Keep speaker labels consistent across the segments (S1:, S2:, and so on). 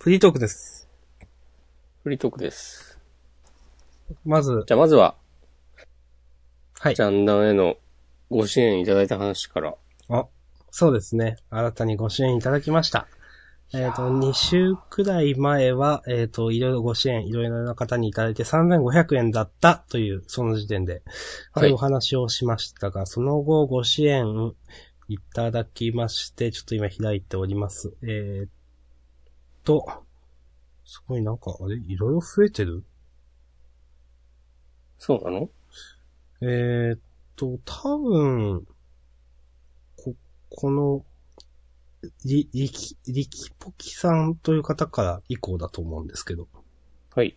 S1: フリートークです。
S2: フリートークです。
S1: まず、
S2: じゃあまずは、
S1: はい
S2: ジ。ャンダンへのご支援いただいた話から。
S1: あ、そうですね。新たにご支援いただきました。えっ、と、2週くらい前は、えっ、と、いろいろご支援、いろいろな方にいただいて3500円だったという、その時点で、
S2: は
S1: そ
S2: い
S1: ういうお話をしましたが、その後ご支援いただきまして、ちょっと今開いております。えっ、と、すごいなんか、あれいろいろ増えてる
S2: そうなの
S1: えーっと、多分、こ、この、り、りき、りきぽきさんという方から以降だと思うんですけど。
S2: はい。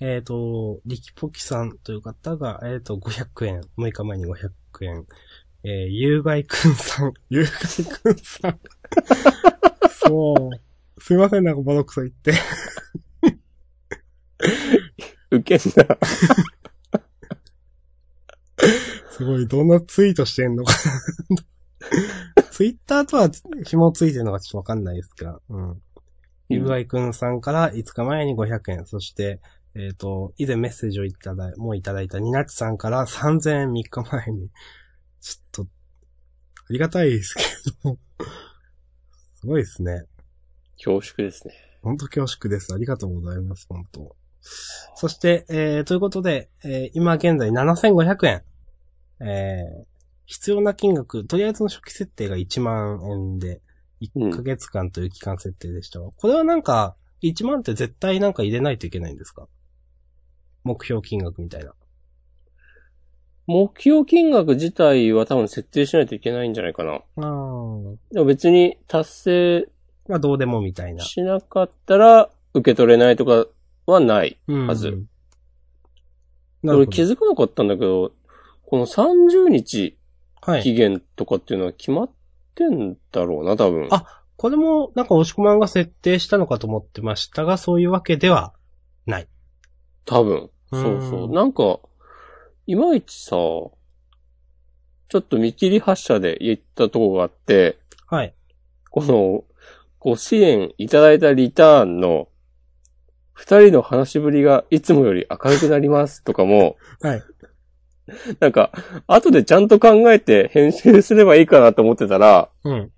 S1: えーっと、りきぽきさんという方が、えーっと、500円、6日前に500円。えー、ゆうがいくんさ ん、ゆうがいくんさん。 そう。すいません、なんかボロクソ言って。
S2: 受けんな。
S1: すごい、どんなツイートしてんのかな。ツイッターとは紐ついてるのかちょっとわかんないですが、うん。ゆうあいくんさんから5日前に500円、そして、えっ、と、以前メッセージをいただい、もういただいたになちさんから3000円3日前に、ちょっと、ありがたいですけど、すごいですね。
S2: 恐縮ですね。
S1: 本当恐縮です。ありがとうございます、本当。そして、えー、ということで、えー、今現在7500円。えー、必要な金額、とりあえずの初期設定が1万円で、
S2: うん
S1: 1ヶ月間という期間設定でしたが、これはなんか、1万って絶対なんか入れないといけないんですか目標金額みたいな。
S2: 目標金額自体は多分設定しないといけないんじゃないかな。
S1: あー
S2: でも別に達
S1: まあ、どうでもみたい
S2: 成
S1: な。
S2: しなかったら受け取れないとかはない。
S1: うん
S2: はず。
S1: なるほ
S2: 俺気
S1: ど。
S2: づかなかったんだけど、この30日
S1: は
S2: 期
S1: い。
S2: 限とかっていうのは決まってんだろうな、多分。
S1: あこれも、なんか、押し込まんが設定したのかと思ってましたが、そういうわけでは
S2: 多分。そう
S1: う
S2: そ
S1: ん
S2: う。なんか、いまいちさ、ちょっと見切り発車で言ったとこがあって、
S1: はい。
S2: この、ご支援いただいたリターンの、二人の話しぶりがいつもより明るくなりますとかも、
S1: はい。
S2: なんか、後でちゃんと考えて編集すればいいかなと思ってたら、
S1: うん。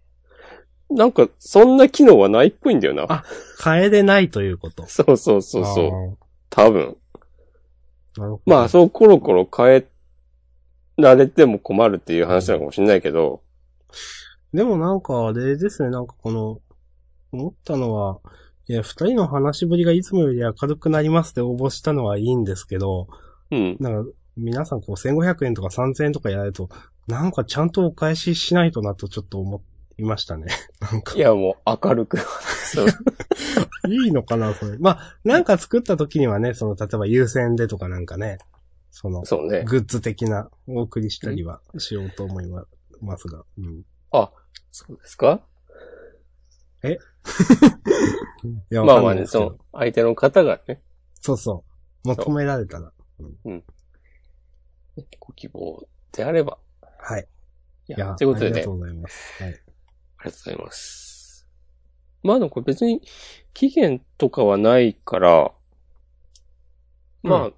S2: なんか、そんな機能はないっぽいんだよな。
S1: あ変えれないということ。
S2: そうそうそうそう。
S1: う。
S2: 多分。
S1: なるほど。
S2: まあ、そうコロコロ変えられても困るっていう話なのかもしれないけど、
S1: でもなんか、あれですね、なんかこの、思ったのは、いや、二人の話しぶりがいつもより明るくなりますって応募したのはいいんですけど、
S2: うん。
S1: なんか、皆さんこう1500円とか3000円とかやられると、なんかちゃんとお返ししないとなとちょっと思いましたね。 なんか
S2: い、や、もう明るく。そう
S1: いいのかな、それ。まあ、なんか作った時にはね、その、例えば優先でとかなんかね、その、
S2: そうね。
S1: グッズ的なお送りしたりはしようと思いまますが。うん。
S2: そうですか
S1: いや、
S2: ま
S1: わ
S2: あま
S1: か
S2: あ
S1: んない
S2: ね、
S1: ですけ
S2: そ
S1: ど
S2: の、相手の方がね、
S1: そうそう。求められたら。
S2: ご希望であれば。
S1: はい。
S2: い
S1: いや、
S2: や、ということで
S1: あり
S2: ね
S1: がと、うございます。
S2: ありがとうございます。まあでもこれ別に期限とかはないから、まあ、
S1: う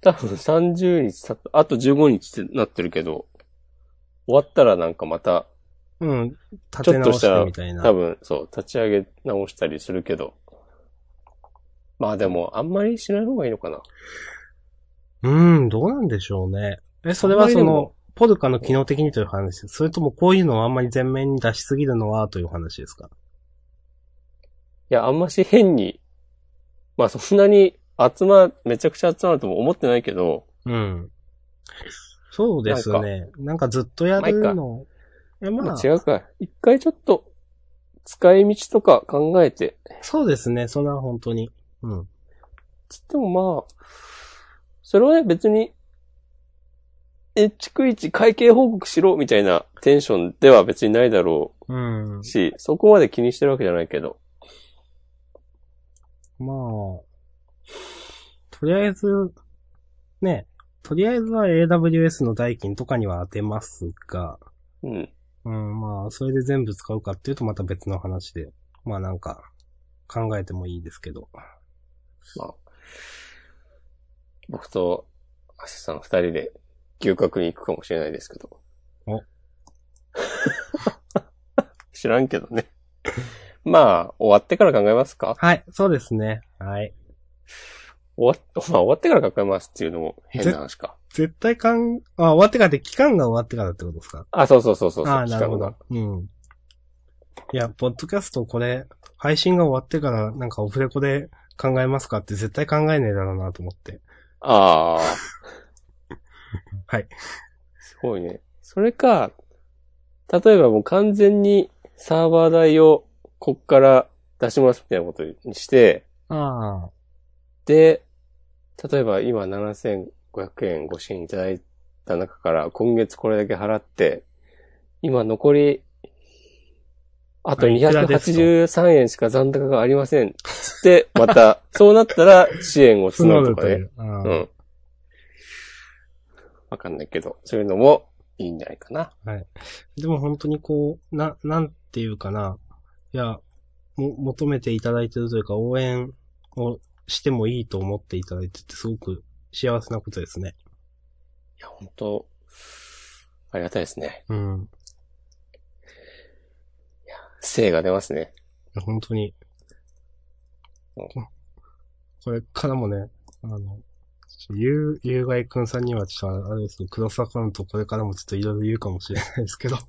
S2: 多分30日たあと15日ってなってるけど、終わったらなんかまた、
S1: うん。立
S2: ち
S1: て
S2: ょっと
S1: 直
S2: し
S1: したてみたいな。
S2: 多分そう、立ち上げ直したりするけど、まあでも、あんまりしない方がいいのかな。
S1: うん、どうなんでしょうね。え、それはそ
S2: あんまり
S1: の
S2: でも、
S1: ポルカの機能的にという話それともこういうのをあんまり前面に出しすぎるのはという話ですか
S2: いや、あんまし変に、まあそんなに集ま、めちゃくちゃ集まるとも思ってないけど、
S1: うん。そうですね。なんかずっとやるの。いや、ま
S2: ま
S1: あ
S2: あ、違うか。一回ちょっと、使い道とか考えて、
S1: そうですね。それは本当に。うん。
S2: つってもまあ、それはね、別に、え、逐一会計報告しろ、みたいなテンションでは別にないだろ
S1: うん
S2: う。し、そこまで気にしてるわけじゃないけど。
S1: まあ、とりあえず、ね、とりあえずは AWS の代金とかには当てますが、
S2: うん。
S1: うん、まあ、それで全部使うかっていうとまた別の話で、まあなんか、考えてもいいですけど。
S2: まあ、僕と、アシさん二人で、牛角に行くかもしれないですけど。
S1: お
S2: 知らんけどね。まあ、終わってから考えますか
S1: はい、そうですね。はい。
S2: 終わっ、ま あ、終わってから考えますっていうのも変な話か。
S1: 絶対かん、あ、終わってからって期間が終わってからってことですか
S2: あ、そうそうそうそうそう。
S1: ああ、なるほど
S2: 期間が。。
S1: うん。いや、ポッドキャストこれ、配信が終わってからなんかオフレコで考えますかって絶対考えねえだろうなと思って。
S2: ああ。
S1: はい。
S2: すごいね。それか、例えばもう完全にサーバー代をこっから出しますみたいなことにして、
S1: ああ。
S2: で、例えば今7500円ご支援いただいた中から今月これだけ払って、今残り、あと
S1: はいいくらですと
S2: 283円しか残高がありません。つって、また、 そうなったら支援を募
S1: 募る
S2: ると
S1: と
S2: か
S1: い
S2: ね。
S1: う。ああ
S2: うん。わかんないけど、そういうのもいいんじゃないかな。
S1: でも本当にこう、な、なんていうかな。いや、も、求めていただいてるというか、応援をしてもいいと思っていただいてて、すごく幸せなことですね。
S2: いや、本当ありがたいですね。
S1: うん。
S2: 精が出ますね。
S1: 本当に。
S2: うん
S1: これからもね、あの、ゆう、ゆうがいくんさんにはちょっとあれですけど、クロスアカウントこれからもちょっといろいろ言うかもしれないですけど。
S2: ク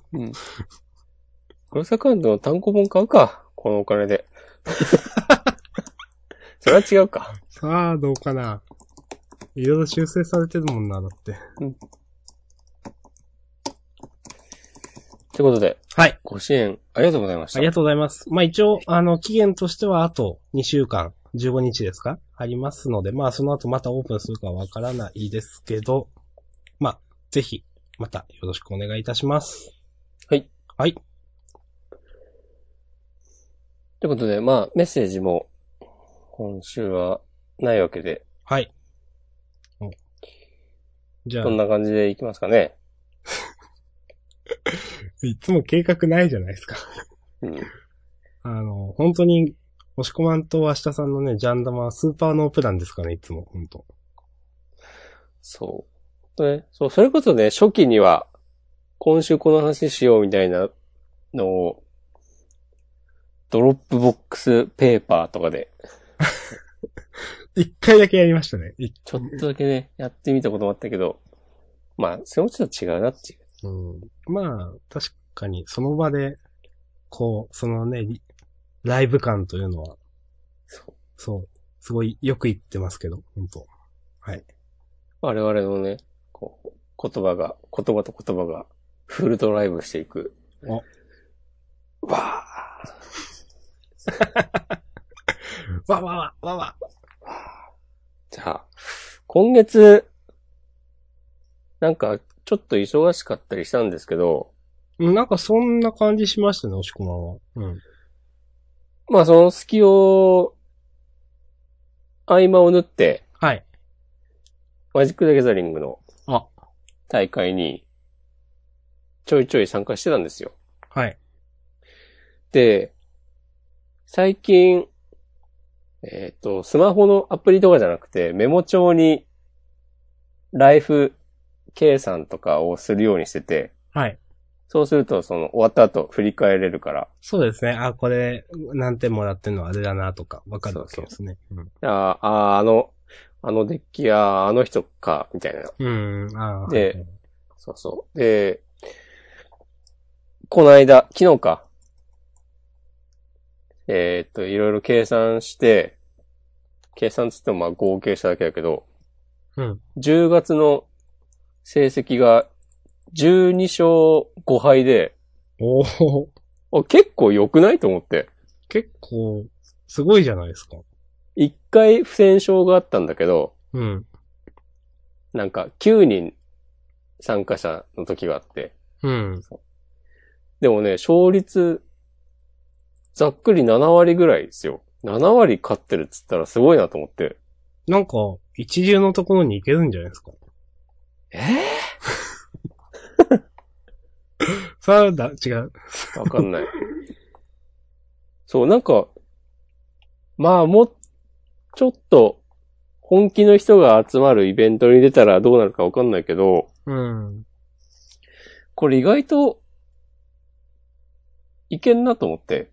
S2: ロスアカウントの単行本買うか。このお金で。 それは違うか。
S1: さあ、どうかな。いろいろ修正されてるもんな、だって。
S2: ということで、
S1: はい。
S2: ご支援ありがとうございまし
S1: あ
S2: た
S1: り。がとうございます。まあ一応、あの、期限としてはあと2週間、15日ですかありますので、まあその後またオープンするかわからないですけど、まあ、ぜひ、またよろしくお願いいたします。
S2: はい。
S1: はい。
S2: ということで、まあ、メッセージも今週はないわけで、
S1: はい。おじゃあ
S2: こん、な感じでいきますかね。
S1: いつも計画ないじゃないですか。
S2: うん。
S1: あの、本当に、押し込まんと明日さんのね、ジャンダマはスーパーノープランですからね、いつも、本当
S2: そう。ね、そう、それこそね、初期には、今週この話しようみたいなのを、ドロップボックスペーパーとかで、
S1: 一回だけやりましたね。い
S2: ちょっとだけね、やってみたこともあったけど、まあ、それもちょっと違うなっていう。
S1: うん、まあ、確かに、その場で、こう、そのね、リライブ感というのは、
S2: そう
S1: そう、すごいよく言ってますけど、本当
S2: 我々のね、こう、言葉が、言葉と言葉が、フルドライブしていく。
S1: お
S2: わ
S1: わわわわわ
S2: ーじゃあ、今月、なんか、ちょっと忙しかったりしたんですけど、
S1: うんなんかそんな感じしましたね、押し込まんは。うん。
S2: まあ、その隙を、合間を縫って、
S1: はい。
S2: マジック・ザ・ギャザリングの
S1: あ
S2: 大会に、ちょいちょい参加してたんですよ。
S1: はい。
S2: で、最近、えっ、と、スマホのアプリとかじゃなくて、メモ帳に、ライフ計算とかをするようにしてて、
S1: はい。
S2: そうすると、その、終わった後、振り返れるから、
S1: そうですね。あ、これ、何点もらってんのはあれだな、とか、わかるわけですね。う
S2: あーあー、あの、あのデッキや、あの人か、みたいな。
S1: ん。うん、あー
S2: で
S1: はいはい
S2: そうそう。で、この間、昨日か。えーっと、いろいろ計算して、計算つってもまあ合計しただけだけど、
S1: うん。
S2: 10月の成績が12勝5敗で、
S1: おお
S2: あ結構良くないと思って。
S1: 結構、すごいじゃないですか。
S2: 1回不戦勝があったんだけど、
S1: うん。
S2: なんか9人参加者の時があって、
S1: うん。
S2: でもね、勝率、ざっくり7割ぐらいですよ。7割勝ってるっつったらすごいなと思って。
S1: なんか、一流のところに行けるんじゃないですか。
S2: え
S1: さあ、だ、違う。
S2: わかんない。そう、なんか、まあ、もう、ちょっと、本気の人が集まるイベントに出たらどうなるかわかんないけど、
S1: うん。
S2: これ意外と、いけんなと思って。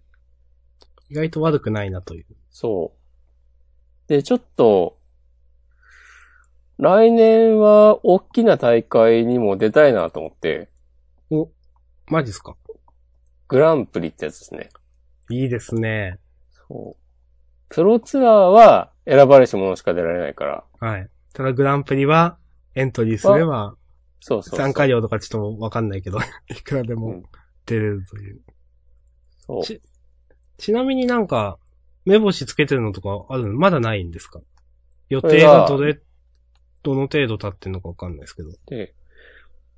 S1: 意外と悪くないなという。
S2: そう。で、ちょっと、来年は大きな大会にも出たいなと思って、
S1: マジっすか
S2: グランプリってやつですね。
S1: いいですね。
S2: そう。プロツアーは選ばれし者しか出られないから。
S1: はい。ただグランプリはエントリーすれば、
S2: そうそうそう。
S1: 参加料とかちょっとわかんないけど、いくらでも出れるという。
S2: そう
S1: ちちなみになんか、目星つけてるのとかあるのまだないんですか予定がどれ、どの程度経ってんのかわかんないですけど。
S2: で、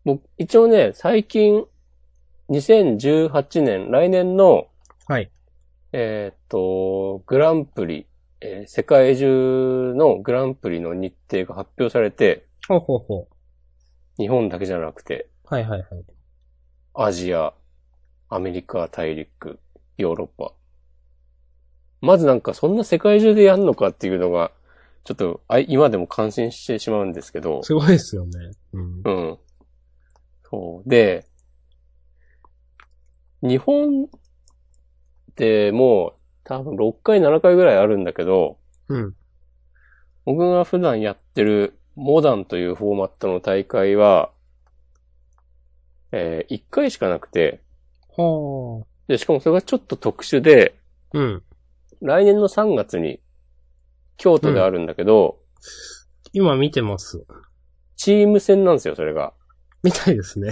S2: 僕、一応ね、最近、2018年、来年の、
S1: はい。
S2: えーっと、グランプリ、えー世界中のグランプリの日程が発表されて、
S1: ほうほうほ
S2: 日本だけじゃなくて、
S1: う。はいはいはい。
S2: アジア、アメリカ大陸、ヨーロッパ。まずなんかそんな世界中でやんのかっていうのが、ちょっとあい今でも感心してしまうんですけど。
S1: すごいですよね。うん。
S2: うん。そう。で、日本ってもう多分6回7回ぐらいあるんだけど、
S1: うん。
S2: 僕が普段やってるモダンというフォーマットの大会は、えー1回しかなくて、
S1: ほ
S2: で、しかもそれがちょっと特殊で、
S1: う。うん。
S2: 来年の3月に京都であるんだけど、
S1: 今見てます。
S2: チーム戦なんですよ、それが。
S1: みたいですね。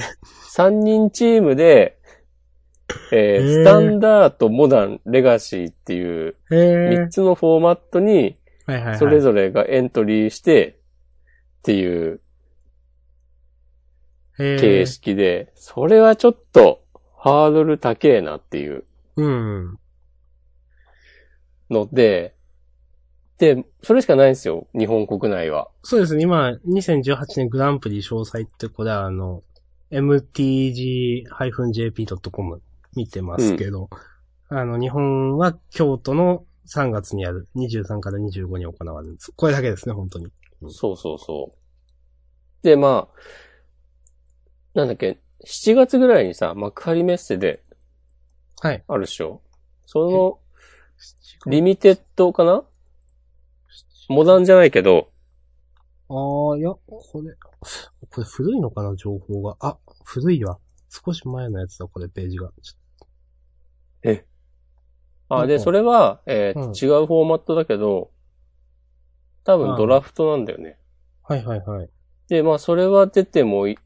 S2: 3人チームで、えー
S1: へー
S2: スタンダード、モダン、レガシーっていう
S1: へ
S2: 3
S1: え。
S2: つのフォーマットに、
S1: はいはいはい。
S2: それぞれがエントリーして、っていう
S1: れ
S2: 形式で、それはちょっとハードル高えなっていう
S1: うん。
S2: ので、で、それしかないんですよ、日本国内は。
S1: そうですね。今、2018年グランプリ詳細って、これはあの、mtg-jp.com 見てますけど、あの、日本は京都の3月にある、23から25に行われるんです。これだけですね、本当に。うん
S2: そうそうそう。で、まあ、なんだっけ、7月ぐらいにさ、幕張メッセで、
S1: はい。
S2: あるっしょ。その、リミテッドかなモダンじゃないけど、
S1: ああ、いや、これ、これ古いのかな、情報が。あ、古いわ。少し前のやつだ、これ、ページが。ちょ
S2: あ、
S1: う
S2: で、
S1: んうん
S2: それは、えー
S1: うん
S2: 違うフォーマットだけど、多分ドラフトなんだよね。
S1: はいはいはい。
S2: で、まあ、それは出てもいい、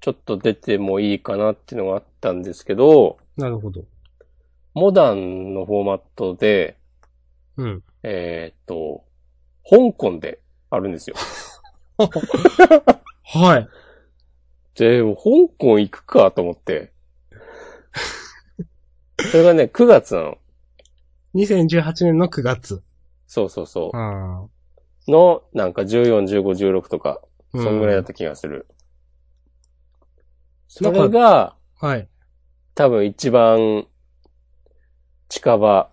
S2: ちょっと出てもいいかなっていうのがあったんですけど、
S1: なるほど。
S2: モダンのフォーマットで、
S1: うん。
S2: えーっと、香港であるんですよ。
S1: はい。
S2: で、香港行くかと思って。 それがね、9月なの。
S1: 2018年の9月。
S2: そうそうそう。
S1: ああ。
S2: の、なんか14、15、16とか、そんぐらいだった気がする。それが、
S1: はい。
S2: 多分一番、近場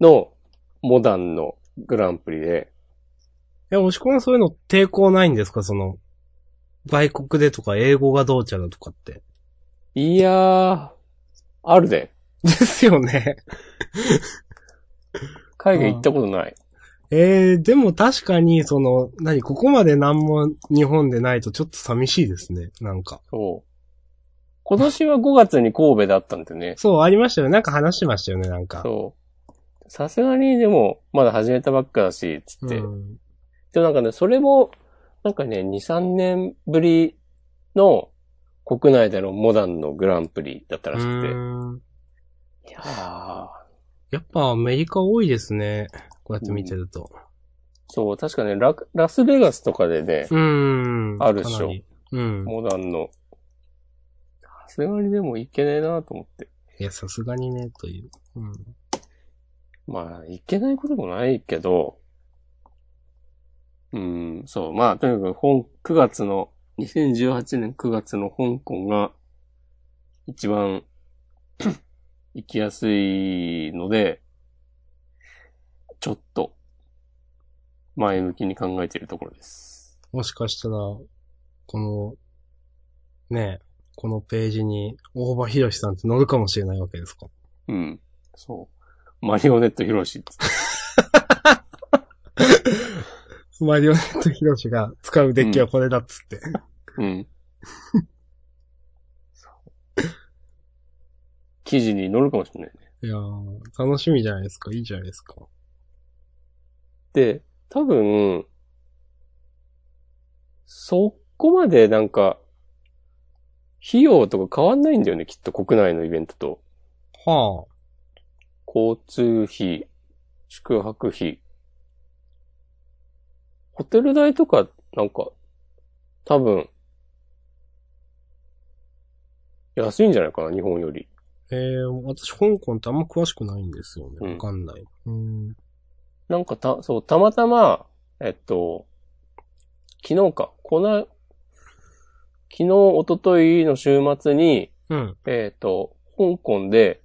S2: のモダンのグランプリで、
S1: え、押し込まんそういうの抵抗ないんですかその、外国でとか英語がどうちゃらとかって。
S2: いやー、あるね。
S1: ですよね。
S2: 海外行ったことない。
S1: えー、でも確かに、その、何、ここまで何も日本でないとちょっと寂しいですね。なんか。
S2: そう。今年は5月に神戸だったんだよね。
S1: そう、ありましたよね。なんか話してましたよね、なんか。
S2: そう。さすがにでも、まだ始めたばっかだし、つって。
S1: うん
S2: でもなんかね、それも、なんかね、2、3年ぶりの国内でのモダンのグランプリだったらし
S1: う
S2: く
S1: ーん
S2: て。いやー
S1: やっぱアメリカ多いですね。こうやって見てると。
S2: そう、確かねラ、ラスベガスとかでね
S1: う、ーん。
S2: あるっしょ
S1: かなり。うん。
S2: モダンの、さすがにでもいけねえなと思って。
S1: いや、さすがにね、という。うん。
S2: まあ、いけないこともないけど、うん、そう、まあ、とにかく本、9月の、2018年9月の香港が、 一番、行きやすいので、ちょっと、前向きに考えているところです。
S1: もしかしたら、この、ねえ、このページに大場博さんって載るかもしれないわけですか。
S2: うん。そう。マリオネットヒロシっつって。
S1: マリオネット博が使うデッキはこれだっつ って。
S2: うん。そう記事に載るかもしれないね。
S1: いやー、楽しみじゃないですか。いいじゃないですか。
S2: で、多分、そこまでなんか、費用とか変わんないんだよね、きっと国内のイベントと。
S1: はあ。
S2: 交通費、宿泊費。ホテル代とか、なんか、多分、安いんじゃないかな、日本より。
S1: えー、私、香港ってあんま詳しくないんですよ
S2: うん
S1: ね。わかんない。うん。
S2: なんかた、そう、たまたま、えっと、昨日か、この、昨日、一昨日の週末に、
S1: うん。
S2: えっと、香港で、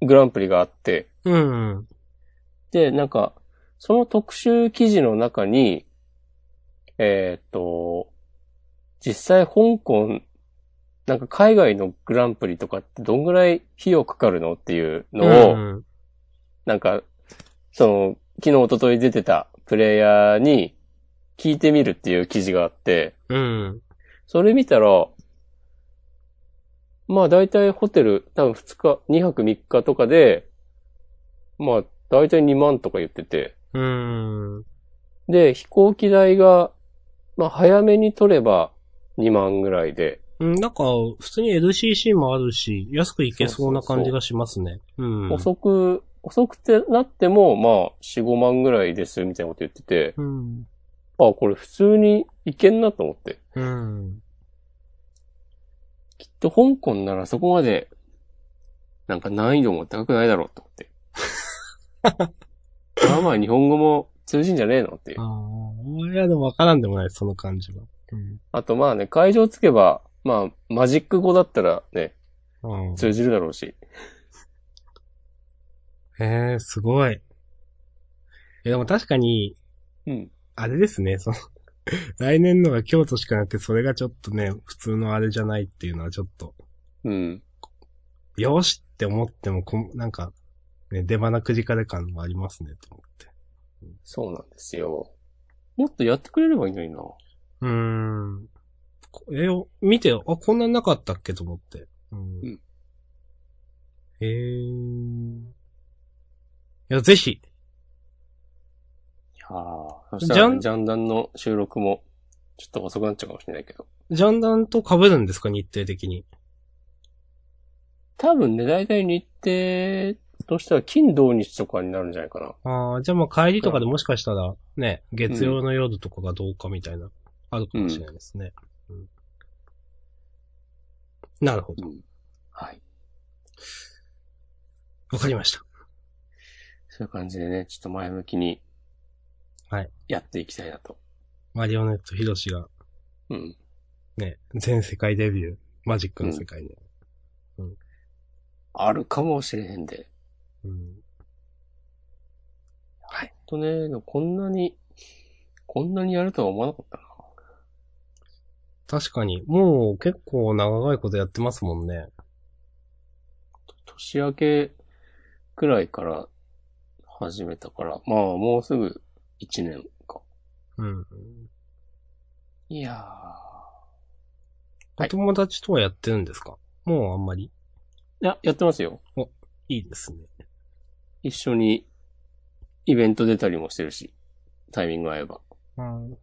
S2: グランプリがあって、
S1: うん。
S2: で、なんか、その特集記事の中に、えーっと、実際香港、なんか海外のグランプリとかってどんぐらい費用かかるのっていうのを、
S1: うん
S2: なんか、その、昨日、一昨日出てたプレイヤーに聞いてみるっていう記事があって、
S1: うん。
S2: それ見たら、まあ大体ホテル、多分2日、2泊3日とかで、まあ大体2万とか言ってて、
S1: うん。
S2: で、飛行機代が、まあ、早めに取れば2万ぐらいで、
S1: うん、なんか、普通に LCC もあるし、安く行けそうな感じがしますね。うん。
S2: 遅く、遅くてなっても、まあ、4、5万ぐらいです、みたいなこと言ってて、
S1: うん。
S2: あ、これ普通に行けんなと思って。
S1: うん。
S2: きっと香港ならそこまで、なんか難易度も高くないだろうと思 って。まあまあ日本語も通じんじゃねえのっていう
S1: あ。あ、いや、でもわからんでもない、その感じは。うん。
S2: あとまあね、会場つけば、まあ、マジック語だったらね、
S1: うん、
S2: 通じるだろうし。
S1: へえ、すごい。え、でも確かに、
S2: うん。
S1: あれですね、その、 来年のが京都しかなくて、それがちょっとね、普通のあれじゃないっていうのはちょっと、
S2: うん。
S1: よしって思ってもこん、なんか、ね、出花くじかれ感もありますね、と思って。
S2: そうなんですよ。もっとやってくれればいいのにな。
S1: うーん。こえを見てよ。あ、こんなんなかったっけと思って。うん。
S2: うん
S1: へえー。いや、ぜひ。
S2: いやーそし
S1: したたら
S2: ら、
S1: ね
S2: ジャンダンの収録も、ちょっと遅くなっちゃうかもしれないけど。
S1: ジャンダンと被るんですか日程的に。
S2: 多分ね、大体日程としては金土日とかになるんじゃないかな。
S1: ああ、じゃあまあ帰りとかでもしかしたら、ね、月曜の夜とかがどうかみたいな、あるかもしれないですね。うんなるほど。
S2: はい。
S1: わかりました。
S2: そういう感じでね、ちょっと前向きに、
S1: はい。
S2: やっていきたいなと。
S1: マリオネットヒロシが、
S2: うん。
S1: ね、全世界デビュー。マジックの世界で。
S2: あるかもしれへんで。
S1: うん。
S2: ほんとね、でもこんなに、こんなにやるとは思わなかったな。
S1: 確かに、もう結構長いことやってますもんね。
S2: 年明けくらいから始めたから、まあもうすぐ1年か。
S1: うん。
S2: いやは
S1: お
S2: い
S1: 友達とはやってるんですか、もうあんまり
S2: ー。いや、やってますよ。
S1: いいですね。
S2: 一緒にイベント出たりもしてるし、タイミング合えば。
S1: うん。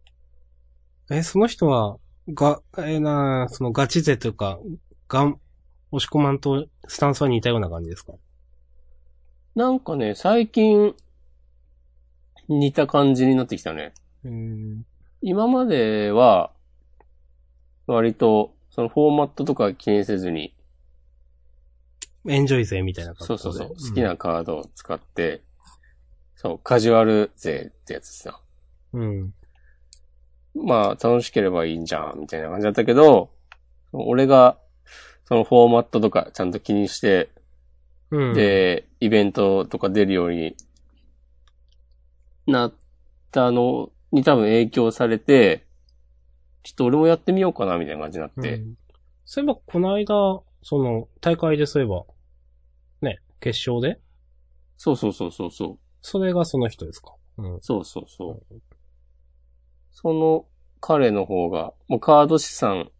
S1: え、その人は、が、えーなーそのガチ勢というか、ガン、押し込まんとスタンスは似たような感じですか
S2: なんかね、最近、似た感じになってきたね。
S1: うん。
S2: 今までは、割と、そのフォーマットとか気にせずに、
S1: エンジョイ勢みたいな
S2: そ
S1: 感
S2: う
S1: じ
S2: そうそう、好
S1: ん
S2: きなカードを使って、そう、カジュアル勢ってやつさ。
S1: うん。
S2: まあ、楽しければいいんじゃん、みたいな感じだったけど、俺が、そのフォーマットとかちゃんと気にして、
S1: うん。、
S2: で、イベントとか出るようになったのに多分影響されて、ちょっと俺もやってみようかな、みたいな感じになって。
S1: うんそういえば、この間、その、大会でそういえば、ね、決勝で、
S2: そうそうそうそうそう。
S1: それがその人ですか。うん。
S2: そうそうそう。その彼の方が、もうカード資産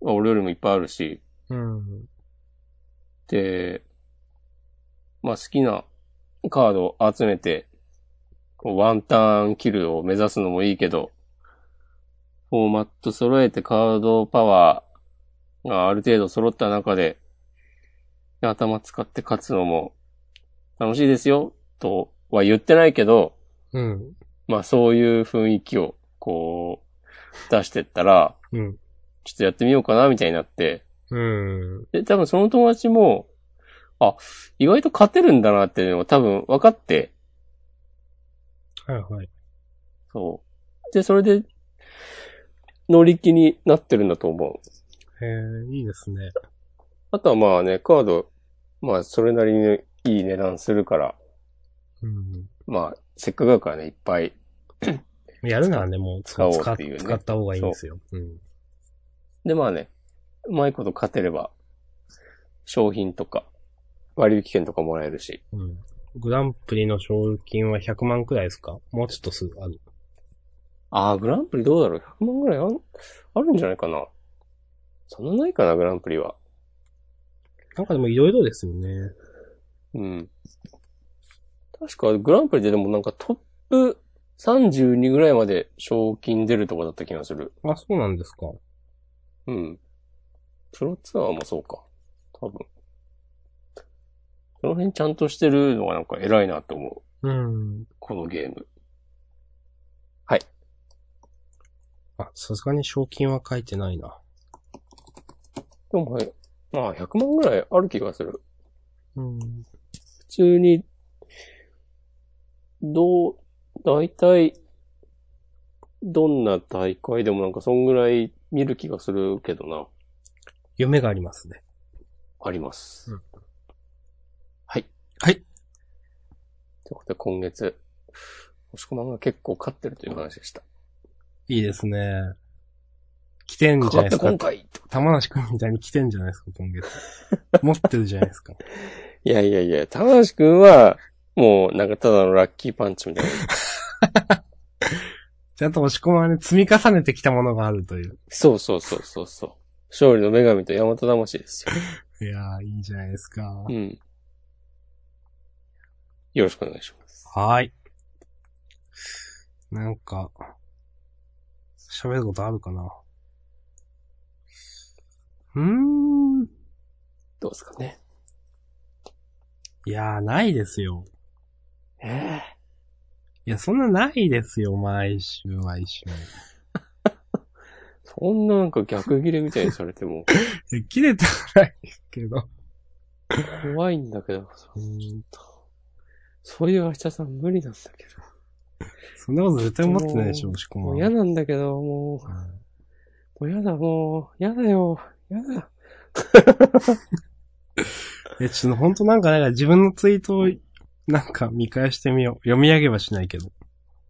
S2: は俺よりもいっぱいあるし、
S1: うん。
S2: で、まあ好きなカードを集めて、こうワンターンキルを目指すのもいいけど、フォーマット揃えてカードパワーがある程度揃った中で、頭使って勝つのも楽しいですよ、とは言ってないけど、
S1: うん。
S2: まあそういう雰囲気をこう出してったら、
S1: うん。
S2: ちょっとやってみようかなみたいになって、
S1: うん。
S2: で、多分その友達も、あ、意外と勝てるんだなっていうのが多分分かって、
S1: はいはい。
S2: そう。で、それで乗り気になってるんだと思う。
S1: へえ、いいですね。
S2: あとはまあね、カード、まあそれなりにいい値段するから、
S1: うん。
S2: まあせっかくだからね、いっぱい
S1: やるならね、もう
S2: 使
S1: 使
S2: おう
S1: 使
S2: っ
S1: って
S2: いうね
S1: 使った方がいいんですよ。うん。
S2: で、まあね、うまいこと勝てれば、商品とか、割引券とかもらえるし。
S1: うん。グランプリの賞金は100万くらいですかもうちょっとすぐある。
S2: ああ、グランプリどうだろう ?100 万ぐらいあんあるんじゃないかなそんなないかな、グランプリは。
S1: なんかでもいろいろですよね。
S2: うん。確か、グランプリででもなんかトップ32ぐらいまで賞金出るとかだった気がする。
S1: あ、そうなんですか。
S2: うん。プロツアーもそうか。多分。その辺ちゃんとしてるのがなんか偉いなと思う。
S1: うん。
S2: このゲーム。
S1: あ、さすがに賞金は書いてないな。
S2: でもはい、まあ100万ぐらいある気がする。
S1: うん。
S2: 普通に、どう、大体、どんな大会でもなんかそんぐらい見る気がするけどな、
S1: 夢がありますね。
S2: あります。
S1: うん
S2: はい。
S1: はい
S2: ということで今月、押し込まんが結構勝ってるという話でした。
S1: いいですね。来てんじゃない
S2: かかっ
S1: で
S2: た
S1: すか
S2: 今。回って
S1: 玉梨くんみたいに来てんじゃないですか、今月。 持ってるじゃないですか。
S2: いやいやいや、高橋くんは、もうなんかただのラッキーパン チみたいな。
S1: ちゃんと押し込まれ、積み重ねてきたものがあるという。
S2: そうそうそうそうそう。勝利の女神と大和魂ですよ。
S1: いやー、いいじゃないですか
S2: う。ん。よろしくお願いします。
S1: はーい。なんか、喋ることあるかなうーん。
S2: どうですかね。
S1: いやー、ないですよ。
S2: ええ
S1: いや、そんなないですよ、毎週、毎週。
S2: そんななんか逆切れみたいにされて も
S1: いや切れてはないですけど。
S2: 怖いんだけど、
S1: うーん
S2: そういう明日さん無理なんだけ
S1: そんなこと絶対思ってないでしょ、押し込
S2: ど。も
S1: ま。
S2: うん嫌なんだけど、もう、
S1: うん
S2: もう嫌だ、もう、嫌だよ、嫌だ。
S1: え、ちょっとほんとなんか、なんか自分のツイートをなんか見返してみよう。読み上げはしないけど。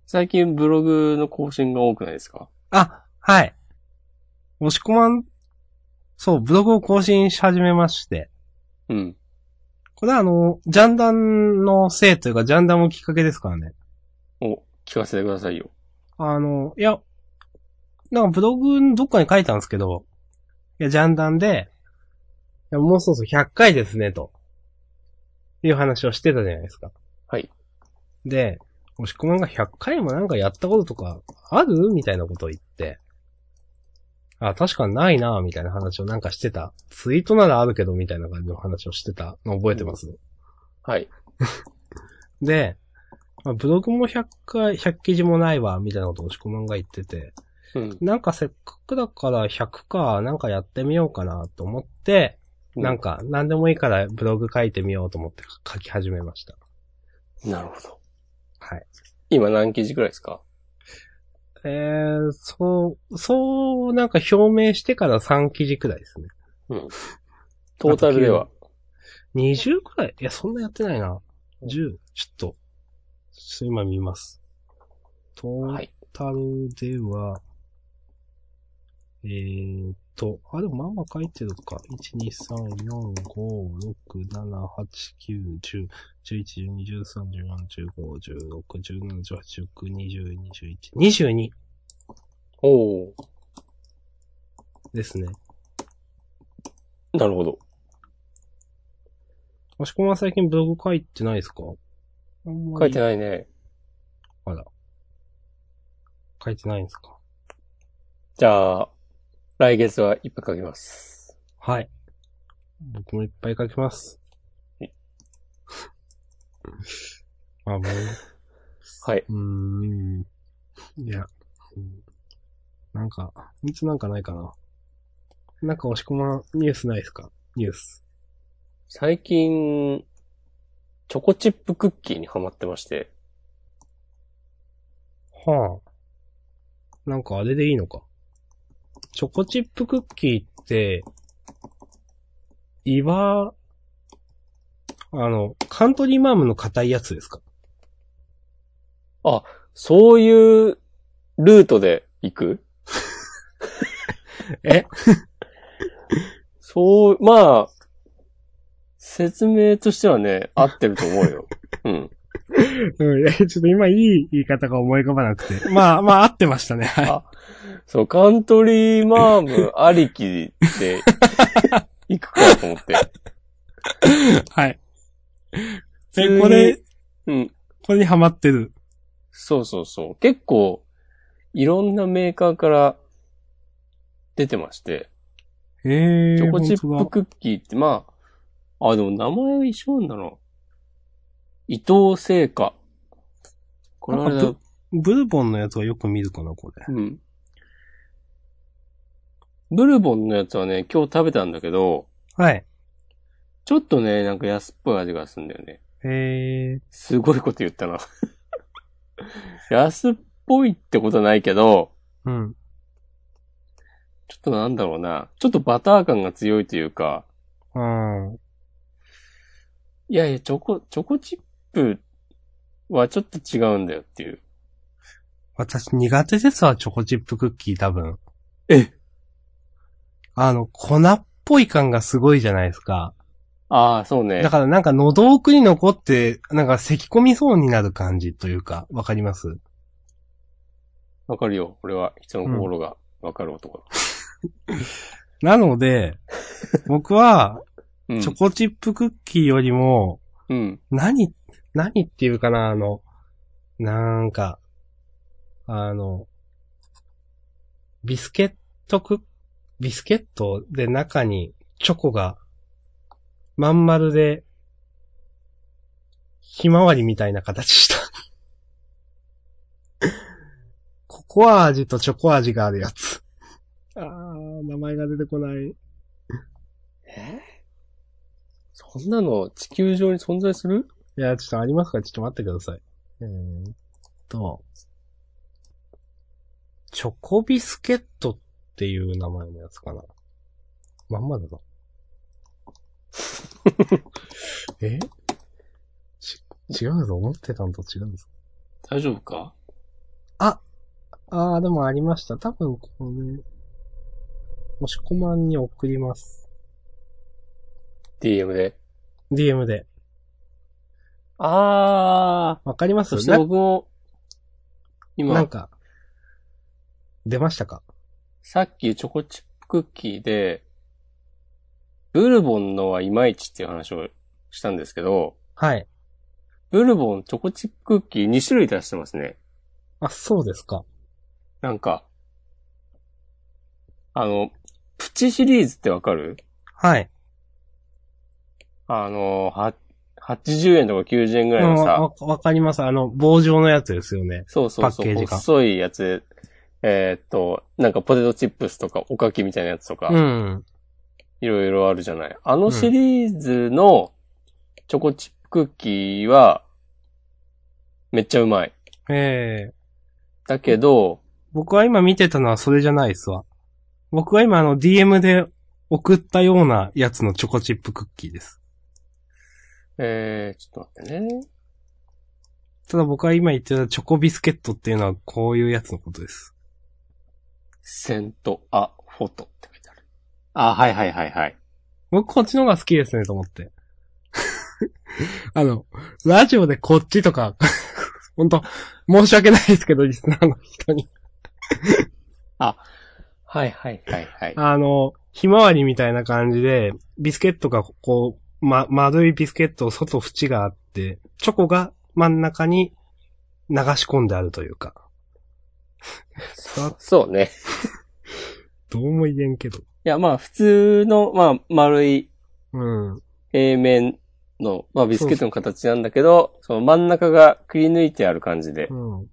S2: 最近ブログの更新が多くないですか
S1: あ、はい。押し込まん、そう、ブログを更新し始めまして。
S2: うん。
S1: これはあの、ジャンダンのせいというか、ジャンダンもきっかけですからね。
S2: お、聞かせてくださいよ。
S1: あの、いや、なんかブログのどっかに書いたんですけど、いや、ジャンダンで、いや、もうそろそろ100回ですね、と。いう話をしてたじゃないですか。
S2: はい。
S1: で、押し込まんが100回もなんかやったこととかあるみたいなことを言って、あ、確かにないな、みたいな話をなんかしてた。ツイートならあるけど、みたいな感じの話をしてたの覚えてます。
S2: はい。
S1: で、まあブログも100回、100記事もないわ、みたいなことを押し込まんが言ってて、
S2: うん。
S1: なんかせっかくだから100か、なんかやってみようかなと思って、
S2: うん
S1: なんか何でもいいからブログ書いてみようと思って書き始めました。
S2: なるほど。
S1: はい。
S2: 今何記事くらいですか
S1: えー、そう、そう、なんか表明してから3記事くらいですね。
S2: トータルでは。
S1: 20くらいいや、そんなやってないな。10、ちょっと、ちょっと今見ます。ト
S2: はい
S1: ー。タルでは、えーっと、あ、でもまんま書いてるか。1、2、3、4、5、6、7、8、9、10、11、12、13、14、15、16、17、18、19、20、21、22
S2: おお
S1: ですね。
S2: なるほど。
S1: もしこは最近ブログ書いてないですか書
S2: 書いて
S1: い。
S2: ないね。
S1: 書いてないんですか
S2: じゃあ、来月はいっぱい書きます。
S1: はい。僕もいっぱい書きます
S2: はい。
S1: まあ、もう、
S2: はい。
S1: うーん。いや、うんなんか、いつなんかないかな。なんか押し込まニュースないですかニュース。
S2: 最近、チョコチップクッキーにハマってまして。
S1: はあ。なんかあれでいいのか。チョコチップクッキーって、岩、あの、カントリーマームの硬いやつですか
S2: そういうルートで行く
S1: え
S2: そう、まあ、説明としてはね、合ってると思うよ。うん。
S1: うん、いやちょっと今いい言い方が思い浮かばなくて。 まあ、まあ合ってましたね。はい。
S2: あ、そう、カントリーマームありきで行くかと思って。
S1: はい。
S2: 普通
S1: え、
S2: に
S1: これ、
S2: うん。
S1: これにハマってる。
S2: そうそうそう。結構、いろんなメーカーから出てまして、
S1: ええ
S2: チョコチ
S1: 本当
S2: ップ
S1: だ
S2: クッキーって、まあ、あ、でも名前は一緒なんだな。伊藤製菓。これは
S1: なんかブルボンのやつはよく見るかな、これ。
S2: うん。ブルボンのやつはね、今日食べたんだけど、
S1: はい。
S2: ちょっとね、なんか安っぽい味がするんだよね。
S1: ええ
S2: すごいこと言ったな。 安っぽいってことはないけど、
S1: うん。
S2: ちょっとなんだろうな。ちょっとバター感が強いというか、
S1: うん。
S2: いやいや、チョコ、チョコチップはちょっと違うんだよっていう。
S1: 私苦手ですわ、チョコチップクッキー多分。
S2: え
S1: あの、粉っぽい感がすごいじゃないですか。
S2: ああ、そうね。
S1: だからなんか喉奥に残って、なんか咳込みそうになる感じというか、わかります
S2: わかるよ。俺は人の心がわかる男だ。
S1: なの で、僕は、
S2: うん。
S1: チョコチップクッキーよりも、
S2: うん。
S1: 何、何っていうかな、あの、なんか、あの、ビスケットク、ビスケットで中にチョコが、まん丸で、ひまわりみたいな形した。 ココア味とチョコ味があるやつ。あー、名前が出てこない。
S2: えそんなの地球上に存在する
S1: いや、ちょっとありますから、ちょっと待ってください。えーっと、チョコビスケットっていう名前のやつかな。まんまだな。 えち、違うぞ。思ってたんと違うぞ。
S2: 大丈夫か
S1: あー、でもありました。多分これ、もしコマンに送ります。
S2: ?DM で。
S1: DM で。
S2: ああ。
S1: わかります
S2: そして僕も、
S1: ななん
S2: 今、
S1: か、出ましたか
S2: さっきチョコチップクッキーで、ブルボンのはいまいちっていう話をしたんですけど、
S1: はい。
S2: ブルボンチョコチップクッキー2種類出してますね。
S1: あ、そうですか。
S2: なんか、あの、プチシリーズってわかる
S1: はい。
S2: あの、は、80円とか90円ぐらいの
S1: うん
S2: さ
S1: わ、わかります。あの、棒状のやつですよね。
S2: そうそう
S1: パ
S2: そ
S1: ッケー
S2: う、
S1: ジが
S2: 細いやつ、えーっと、なんかポテトチップスとかおかきみたいなやつとか、
S1: うん。
S2: いろいろあるじゃない。あのシリーズのチョコチップクッキーは、めっちゃうまい。
S1: ええ
S2: だけど、
S1: 僕は今見てたのはそれじゃないですわ。僕は今あの DM で送ったようなやつのチョコチップクッキーです。
S2: えー、ちょっと待ってね。
S1: ただ僕は今言ってたチョコビスケットっていうのはこういうやつのことです。
S2: セント・ア・フォトって書いてある。あ、はいはいはいはい。
S1: 僕こっちの方が好きですねと思って。 あの、ラジオでこっちとか、 本当申し訳ないですけど、リスナーの人に。
S2: はいはいはいはい。
S1: あの、ひまわりみたいな感じで、ビスケットがこう、ま、丸いビスケットを外縁があって、チョコが真ん中に流し込んであるというか。さ
S2: そうね。
S1: どうも言えんけど。
S2: いや、まあ普通の、まあ丸い
S1: うん。
S2: 平面の、まあビスケットの形なんだけど、その真ん中がくり抜いてある感じで。
S1: うん。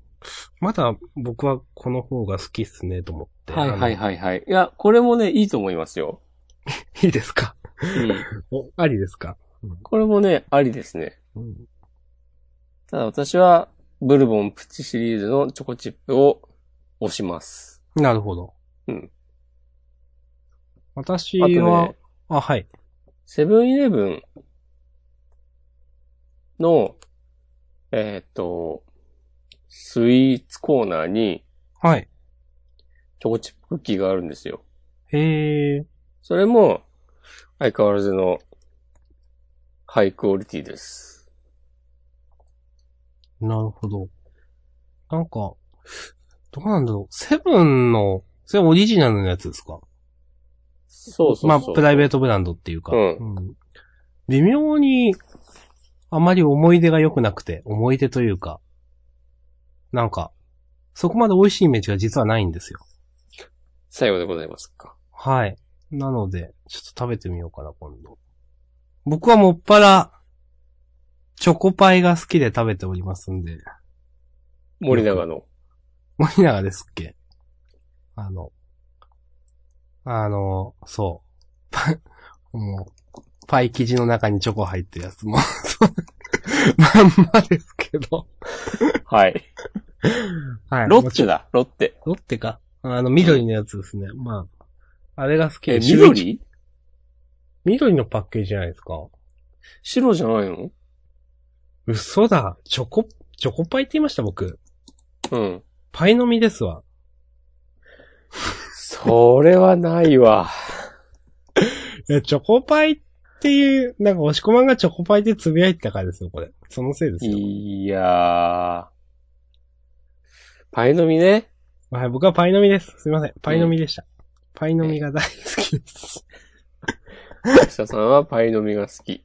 S1: まだ僕はこの方が好きっすねと思って。
S2: はいはいはいはい。いや、これもね、いいと思いますよ。
S1: あのいいですか
S2: うん。
S1: お、ありですか
S2: これもね、ありですね。
S1: うん。
S2: ただ私は、ブルボンプチシリーズのチョコチップを押します。
S1: なるほど。
S2: うん。
S1: 私
S2: あと
S1: は、
S2: ね、
S1: あ、はい。
S2: セブンイレブンの、えーっと、スイーツコーナーに
S1: はい。
S2: チョコチップクッキーがあるんですよ。
S1: へえ。
S2: それも、相変わらずの、ハイクオリティです。
S1: なるほど。なんか、どうなんだろう。セブンの、それオリジナルのやつですか
S2: そうそうそう。
S1: まあ、プライベートブランドっていうか。
S2: うん
S1: うん微妙に、あまり思い出が良くなくて、思い出というか、なんか、そこまで美味しいイメージが実はないんですよ。
S2: 最後でございますか。
S1: はい。なので、ちょっと食べてみようかな、今度。僕はもっぱら、チョコパイが好きで食べておりますんで。
S2: 森 永の。
S1: 森永ですっけあの、あの、そう。パもう、 パイ生地の中にチョコ入ってるやつも、そうまんまですけど。
S2: はい。
S1: はい。
S2: ロッテだ、ロッテ。
S1: ロッテか。あの、緑のやつですね。まあ、あれが好き
S2: え、
S1: で。白い
S2: 緑
S1: 緑のパッケージじゃないですか。
S2: 白じゃないの
S1: 嘘だ。チョコ、チョコパイって言いました、僕。
S2: うん。
S1: パイの実ですわ。
S2: それはないわ。
S1: いや、チョコパイっていう、なんか、押し込まんがチョコパイってつぶやいてたからですよ、これ。そのせいですよ。
S2: いやー。パイの実ね。
S1: はい、僕はパイの実です。すいません。パイの実でした。パイの実が大好きです。
S2: 役者さんはパイの実が好き。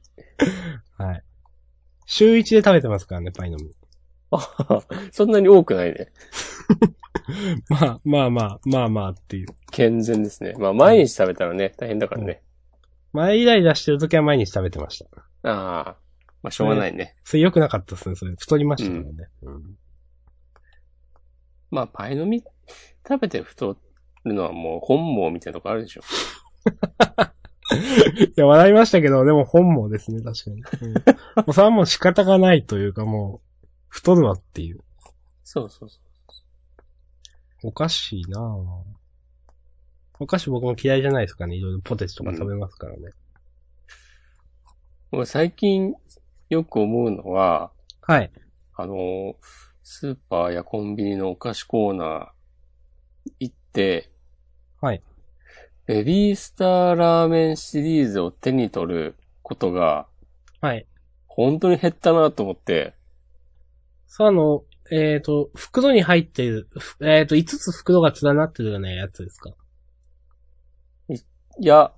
S1: はい。週一で食べてますからね、パイの実。
S2: そんなに多くないね。
S1: まあ、まあまあ、まあまあっていう。
S2: 健全ですね。まあ、毎日食べたらね、大変だからね。
S1: 前イライラしてる時は毎日食べてました。
S2: ああ。まあ、しょうがないね。
S1: それ良くなかったですね、それ。太りましたからね。
S2: まあ、パイの実食べて太るのはもう本望みたいなとこあるでしょ。
S1: いや、笑いましたけど、でも本望ですね、確かに。うん、もうそれはもう仕方がないというか、もう、太るわっていう。
S2: そうそうそ
S1: お菓子なぁ。お菓子僕も嫌いじゃないですかね。いろいろポテチとか食べますからね。
S2: う。もう最近よく思うのは、
S1: はい。
S2: あの、スーパーやコンビニのお菓子コーナー行って、
S1: はい。
S2: ベビースターラーメンシリーズを手に取ることが、
S1: はい。
S2: 本当に減ったなと思って、
S1: そう、あの、えっ、と、袋に入っている、ふえっ、と、5つ袋が連なってるようなやつですか
S2: いや、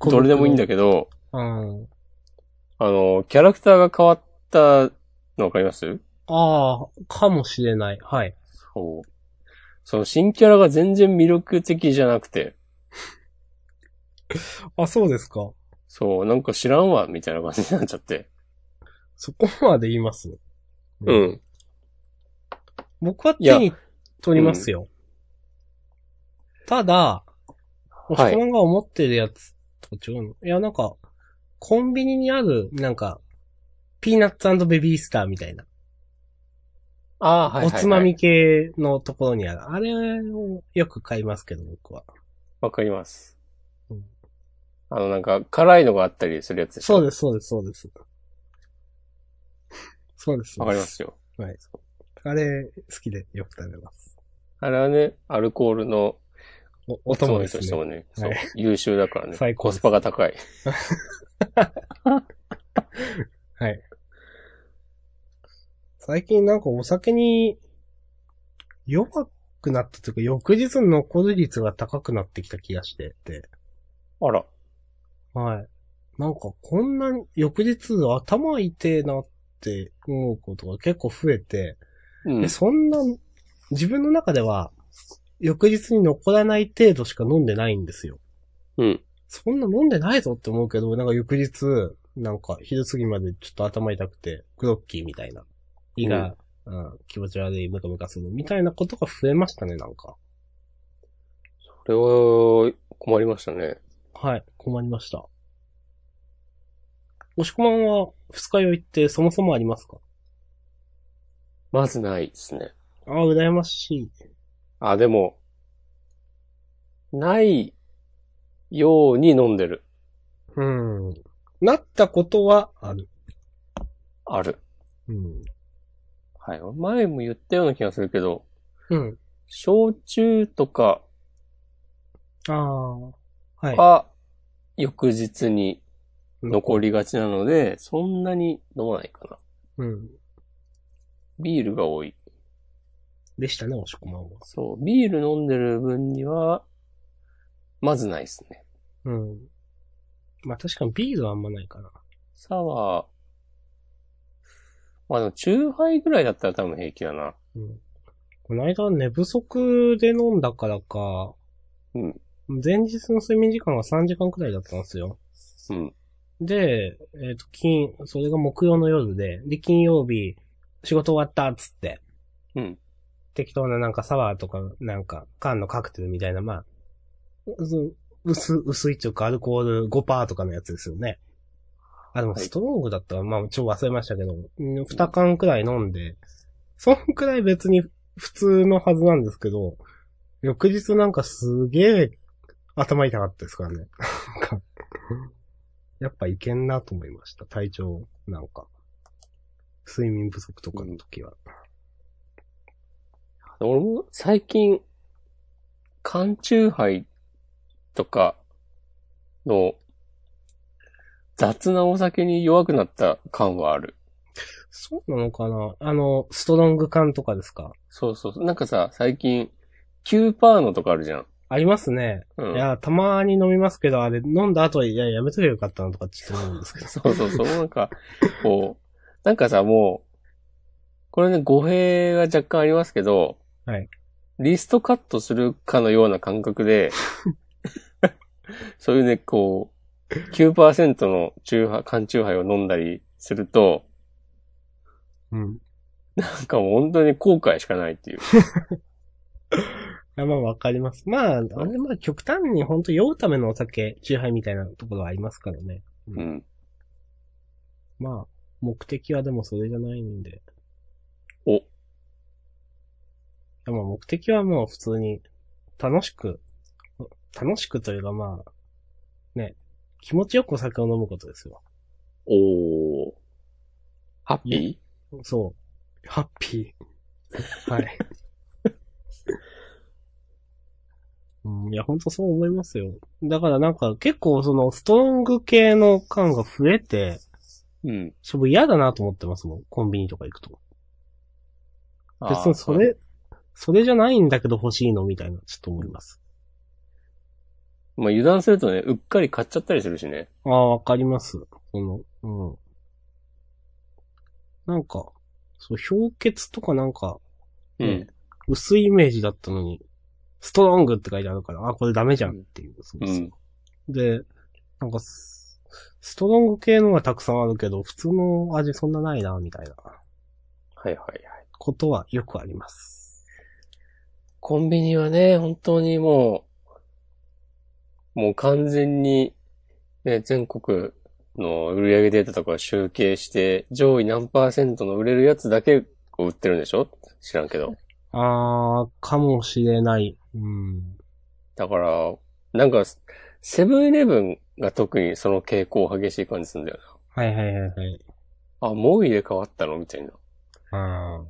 S2: どれでもいいんだ
S1: け
S2: けど、
S1: ど。うん。
S2: あの、キャラクターが変わったのわかります
S1: ああ、かもしれない。はい。
S2: そう。その新キャラが全然魅力的じゃなくて、
S1: あ、そうですか。
S2: そう、なんか知らんわ、みたいな感じになっちゃって。
S1: そこまで言います。
S2: う。ん。
S1: 僕はい
S2: や
S1: 手に取りますよ。ただ、お
S2: い
S1: し込まんが思ってるやつと違うの、い、や、なんか、コンビニにある、なんか、ピーナッツベビースターみたいな、
S2: ああ、はいはい、はい。
S1: おつまみ。系のところにある。あれをよく買いますけど、僕は。
S2: わかります
S1: うん。
S2: あの、なんか、辛いのがあったりするやつでしょ
S1: そうです、そうです、そうです。そうです。
S2: わかりますよ。
S1: はい。あれ、好きでよく食べます。
S2: あれはね、アルコールの
S1: お、お供で
S2: と
S1: す
S2: して
S1: ね。
S2: もね、そう
S1: はい
S2: 優秀だからね。
S1: 最高
S2: コ
S1: で
S2: ス
S1: す
S2: パが高い。
S1: はい。最近なんかお酒に弱くなったというか、翌日の残る率が高くなってきた気がしてて。
S2: あら、
S1: はい。なんかこんなに、翌日頭痛えなって思うことが結構増えて、
S2: うん
S1: で、そんな、自分の中では、翌日に残らない程度しか飲んでないんですよ。
S2: うん。
S1: そんな飲んでないぞって思うけど、なんか翌日、なんか昼過ぎまでちょっと頭痛くて、クロッキーみたいな。胃が、うん気持ち悪い、ムカムカするみたいなことが増えましたね、なんか。
S2: これは困りましたね。
S1: はい、困りました。押し込まんは二日酔いってそもそもありますか
S2: まずないですね。
S1: ああ、羨ましい。
S2: あ、でも、ないように飲んでる。
S1: うん。なったことはある。
S2: ある。
S1: うん。
S2: はい。前も言ったような気がするけど、
S1: うん。
S2: 焼酎とか
S1: ああ。はい。
S2: は翌日に残
S1: り。
S2: りがちなので、そんなに飲まないかな。
S1: うん。
S2: ビールが多い。
S1: でしたね、押し込まんは。
S2: そう、ビール飲んでる分には、まずないですね。
S1: うん。まあ確かにビールはあんまないかな。
S2: サワー、まあでも、チューハイぐらいだったら多分平気だな。
S1: うん。この間寝不足で飲んだからか、
S2: うん。
S1: 前日の睡眠時間が3時間くらいだったんですよ。
S2: うん。
S1: で、えっ、と、金、それが木曜の夜で、で、金曜日、仕事終わったっつって、
S2: うん。
S1: 適当ななんかサワーとか、なんか、缶のカクテルみたいな、まあ、う薄、薄いというかアルコール5%とかのやつですよね。あ、でも
S2: はい
S1: ストロングだったら、まあ、ちょっと忘れましたけど、うん2缶くらい飲んで、そんくらい別に普通のはずなんですけど、翌日なんかすげえ頭痛かったですからね。なんか、やっぱいけんなと思いました。体調、なんか。睡眠不足とかの時は。
S2: 俺も最近、缶チューハイとかの雑なお酒に弱くなった感はある。
S1: そうなのかなあの、ストロング缶とかですか
S2: そうそうそう。なんかさ、最近、9%のとかあるじゃん。
S1: ありますね。
S2: うん。
S1: いや、たまに飲みますけど、あれ、飲んだ後、いや、やめとけばよかったなとかちょっと思うんです けど。
S2: そうそうそう。なんか、こう、なんかさ、もう、これね、語弊が若干ありますけど、
S1: はい。
S2: リストカットするかのような感 覚で、そういうね、こう、9%の中杯、缶中杯を飲んだりすると、
S1: うん。い
S2: なんかもう本当に後悔しかないっていう。
S1: や、まあ、わかります。まあ、あれ、まあ、極端に本当酔うためのお酒、チューハイみたいなところはありますからね。
S2: うん。
S1: まあ、目的はでもそれじゃないんで。
S2: お
S1: いや、まあ、目的はもう普通に、楽しく、楽しくというか、まあ、ね、気持ちよくお酒を飲むことですよ。
S2: おー。ハッピー
S1: そう。ハッピー。 はい。うん、いや、ほんとそう思いますよ。だからなんか結構そのストロング系の缶が増えて、
S2: うん。
S1: ちょっと嫌だなと思ってますもん。コンビニとか行くと。
S2: あー
S1: 別にそれ、それじゃないんだけど欲しいのみたいな、ちょっと思います。
S2: まあ油断するとね、うっかり買っちゃったりするしね。
S1: ああ、わかります。その、うん。なんか、そう、氷結とかなんか、
S2: うん。
S1: 薄いイメージだったのに、ストロングって書いてあるから、あ、これダメじゃんっていう。そう
S2: う
S1: そ
S2: ん
S1: う。で、なんかス、ストロング系のがたくさんあるけど、普通の味そんなないな、みたいな
S2: はいはいはい。
S1: ことはよくあります。
S2: コンビニはね、本当にもう、もう完全に、ね、全国の売上データとかを集計して、上位何パーセントの売れるやつだけを売ってるんでしょ知らんけど。
S1: あー、かもしれない。うん。
S2: だから、なんか、セブンイレブンが特にその傾向激しい感じするんだよ
S1: はいはいはいはい。
S2: な。あ、もう入れ替わったのみたいな。
S1: あうん。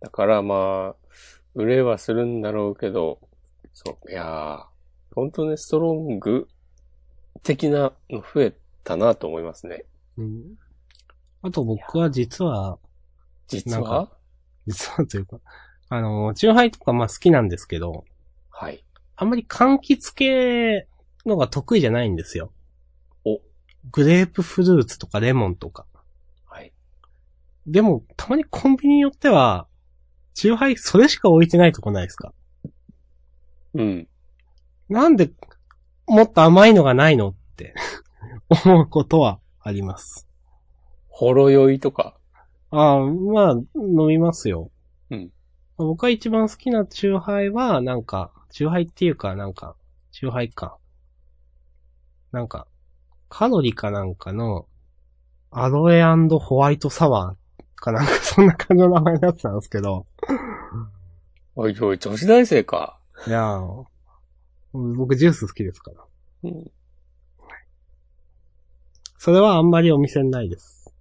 S2: だからまあ、売れはするんだろうけど、そう、いやー、本当ね、ストロング的なの増えたなと思いますね。
S1: うん。あと僕は実は、
S2: 実
S1: なん
S2: は
S1: 実はというか、あの、チューハイとかまあ好きなんですけど、
S2: はい。
S1: あんまり柑橘系のが得意じゃないんですよ。
S2: お。
S1: グレープフルーツとかレモンとか。
S2: はい。
S1: でも、たまにコンビニによっては、チューハイそれしか置いてないとこないですか
S2: うん。
S1: なんで、もっと甘いのがないのって、 思うことはあります。
S2: ほろ酔いとか。
S1: ああ、まあ、飲みますよ。
S2: うん。
S1: 僕が一番好きなチューハイは、なんか、チューハイっていうか、なんか、チューハイか。なんか、カロリーかなんかの、アロエホワイトサワーかなんか、そんな感じの名前のやつなんですけど。
S2: おいおい、女子大生か。
S1: いやー僕ジュース好きですから。
S2: うん。
S1: それはあんまりお店にないです。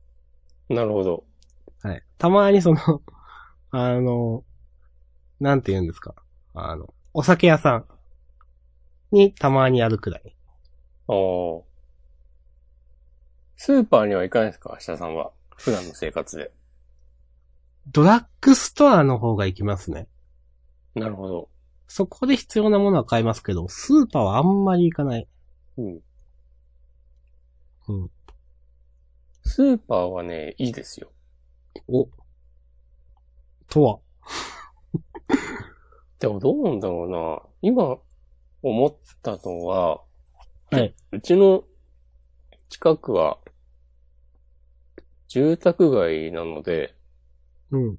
S2: なるほど。
S1: はい。たまにその、 あの、なんて言うんですか。あの、お酒屋さんにたまにあるくらい。
S2: ああ。スーパーには行かないですか明日さんは。普段の生活で。
S1: ドラッグストアの方が行きますね。
S2: なるほど。
S1: そこで必要なものは買いますけど、スーパーはあんまり行かない。
S2: うん。
S1: うん。
S2: スーパーはね、いいですよ。
S1: お。とは。
S2: でもどうなんだろうな。今、思ったのは、
S1: はい。
S2: うちの近くは、住宅街なので、
S1: うん。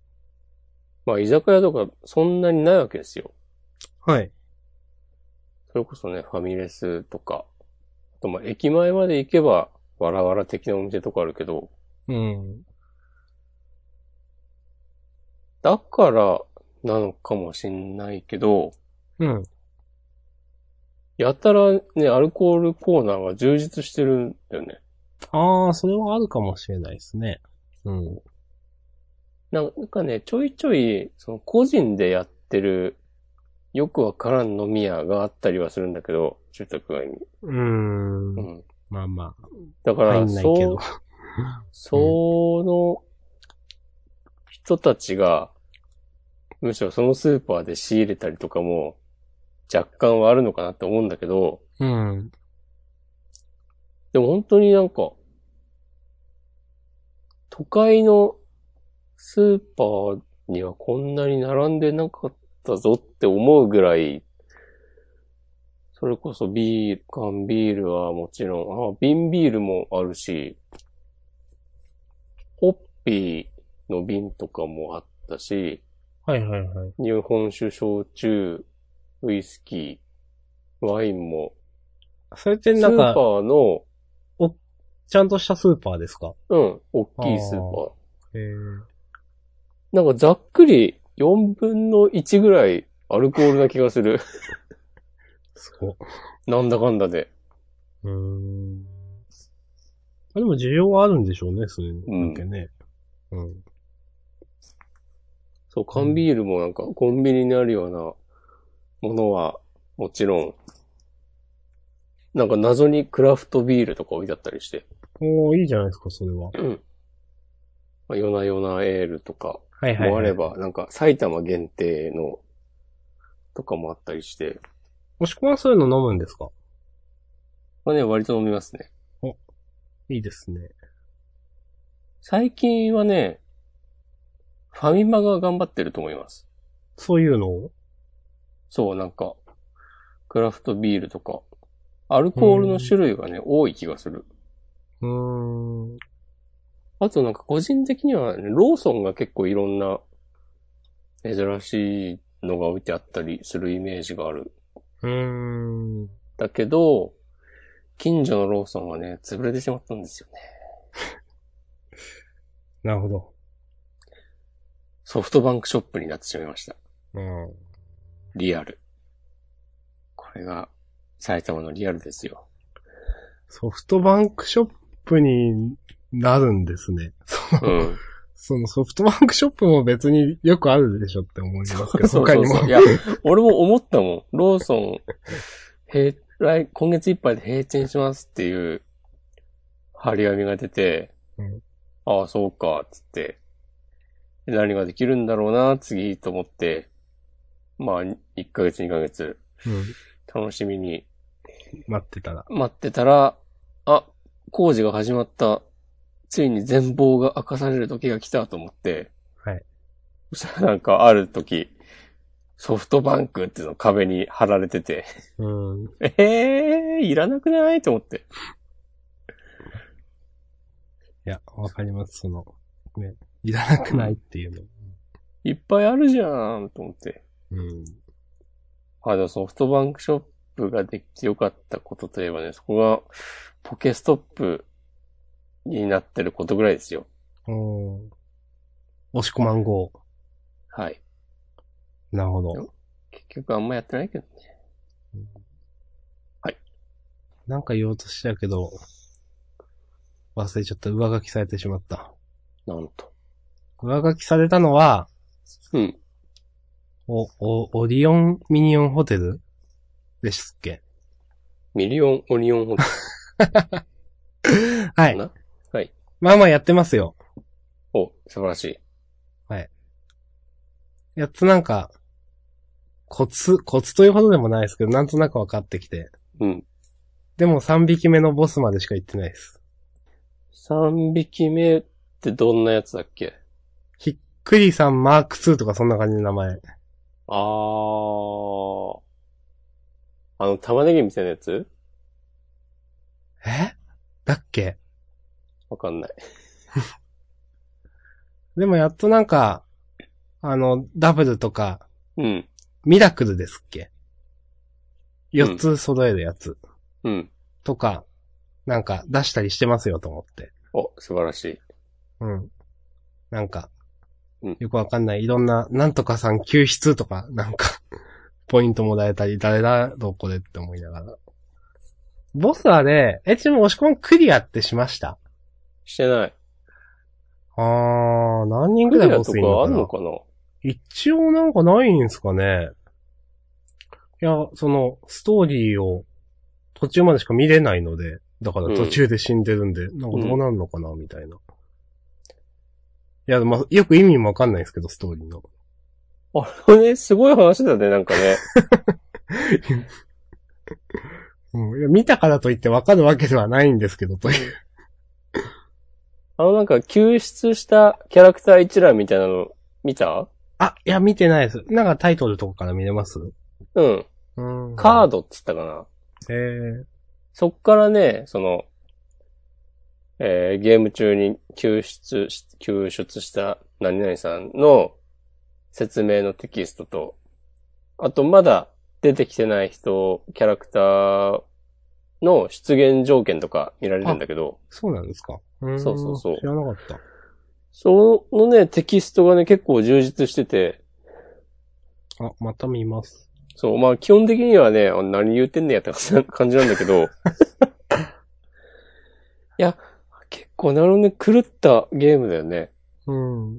S2: まあ居酒屋とかそんなにないわけですよ。
S1: はい。
S2: それこそね、ファミレスとか、あとまあ駅前まで行けば、わらわら的なお店とかあるけど、
S1: うん。
S2: だからなのかもしんないけど、
S1: うん。
S2: やたらね、アルコールコーナーが充実してるんだよね。
S1: ああ、それはあるかもしれないですね。うん。
S2: なんかね、ちょいちょい、その個人でやってる、よくわからん飲み屋があったりはするんだけど、住宅街に。
S1: うー。
S2: うんん。
S1: まあまあ。
S2: だから、
S1: 入んないけ
S2: そう
S1: ど、。
S2: その人たちが、むしろそのスーパーで仕入れたりとかも、若干はあるのかなって思うんだけど、
S1: うん。
S2: でも本当になんか、都会のスーパーにはこんなに並んでなかったぞって思うぐらい、それこそビール、缶ビールはもちろん、あ、瓶ビールもあるし、ホッピーの瓶とかもあったし、
S1: はいはいはい。
S2: 日本酒、焼酎、ウイスキー、ワインも、
S1: それって
S2: スー
S1: なん
S2: パ
S1: か、
S2: ーの、
S1: ちゃんとしたスーパーですか
S2: うん、大きいスーパー。
S1: へえ。
S2: なんかざっくり4分の1ぐらいアルコールな気がす る。
S1: すごっ。
S2: なんだかんだで。
S1: うーん。あでも需要はあるんでしょうね、それだけね。うん。
S2: そう、缶ビールもなんかコンビニにあるようなものはもちろん、なんか謎にクラフトビールとか置いてあったりして、
S1: おーいいじゃないですか、それは。
S2: まあ、夜な夜なエールとか
S1: はいはい、
S2: も
S1: は
S2: あ
S1: い。
S2: れば、なんか埼玉限定のとかもあったりして、
S1: もしくはそういうの飲むんですか
S2: まあね、割と飲みますね。
S1: いいですね。
S2: 最近はね、ファミマが頑張ってると思います。
S1: そういうのを
S2: そう、なんか、クラフトビールとか、アルコールの種類がね、多い気がする。
S1: うーん。
S2: あとなんか個人的にはね、ローソンが結構いろんな珍しいのが置いてあったりするイメージがある。
S1: うーん。
S2: だけど、近所のローソンはね、潰れてしまったんですよね。
S1: なるほど。
S2: ソフトバンクショップになってしまいました。
S1: うん。
S2: リアル。これが埼玉のリアルですよ。
S1: ソフトバンクショップになるんですね。その
S2: うん。
S1: そのソフトバンクショップも別によくあるでしょって思いますけど、
S2: そう
S1: 他
S2: そ
S1: に
S2: う
S1: も。
S2: そう。いや、俺も思ったもん。ローソン、閉、来、今月いっぱいで閉店しますっていう、張り紙が出て、
S1: うん
S2: ああ、そうか、つって、で何ができるんだろうな、次と思って、まあ、1ヶ月、2ヶ月、
S1: うん
S2: 楽しみに
S1: 待ってたら。
S2: 待ってたら、あ、工事が始まった。ついに全貌が明かされる時が来たと思って。
S1: はい。
S2: そしたらなんかある時、ソフトバンクっていうの壁に貼られてて、
S1: うん。
S2: えー、いらなくないと思って。
S1: いや、わかります、その、ね、いらなくないっていうの。
S2: いっぱいあるじゃんと思って。
S1: うん。
S2: あ、でもソフトバンクショップができてよかったことといえばね、そこがポケストップになってることぐらいですよ。
S1: おー押し込まん号。
S2: はい。
S1: なるほど。
S2: 結局あんまやってないけどね。
S1: なんか言おうとしたけど、忘れちゃった。上書きされてしまった。
S2: なんと。
S1: 上書きされたのは、
S2: うん。
S1: お、お、オリオンミニオンホテルでしたっけ
S2: ミリオンオニオンホテル
S1: は
S2: か
S1: い。
S2: なはい。
S1: まあまあやってますよ。
S2: お、素晴らしい。
S1: やっとなんか、コツ、コツというほどでもないですけど、なんとなく分かってきて。
S2: うん。
S1: でも3匹目のボスまでしか行ってないです。
S2: 3匹目ってどんなやつだっけ
S1: クリさんマーク2とかそんな感じの名前。
S2: あー。あの、玉ねぎみたいなやつ
S1: えだっけ
S2: わかんない。
S1: でもやっとなんか、あの、ダブルとか、
S2: うん。
S1: ミラクルですっけ ?4 つ揃えるやつ
S2: うん。
S1: とか、なんか出したりしてますよと思って。
S2: お、素晴らしい。
S1: うん。なんか
S2: うん、
S1: よくわかんない。いろんな、なんとかさん救出とか、なんか、 ポイントもらえたり、誰だろうこれって思いながら。ボスはね、え、ちなみに押し込みクリアってしました
S2: してない。
S1: あー、何人
S2: ク
S1: くらい
S2: リア
S1: ボ
S2: と
S1: ス
S2: か
S1: いるの
S2: あ
S1: か
S2: ん
S1: な
S2: のかな
S1: 一応なんかないんすかね。いや、その、ストーリーを途中までしか見れないので、だから途中で死んでるんで、なんかどうなんのかな、みたいな。いや、まあ、よく意味もわかんないですけど、ストーリーの。
S2: あれね、すごい話だね、なんかね。
S1: うん、いや見たからといってわかるわけではないんですけど、という。
S2: あの、なんか救出したキャラクター一覧みたいなの見た
S1: あ、いや、見てないです。なんかタイトルとかから見れます
S2: うん。
S1: うん。
S2: カー
S1: ド。
S2: ドっつったかな。
S1: えー、
S2: そっからね、その、えーゲーム中に救出し、救出した何々さんの説明のテキストと、あとまだ出てきてない人、キャラクターの出現条件とか見られるんだけど、
S1: そうなんですか。うん
S2: そうそうそう
S1: 知らなかった。
S2: そのね、テキストがね、結構充実してて、
S1: あ、また見ます。
S2: そう、まあ基本的にはね、あ何言ってんねやって感じなんだけ ど、いや、結構なるほどね、狂ったゲームだよね。
S1: うん。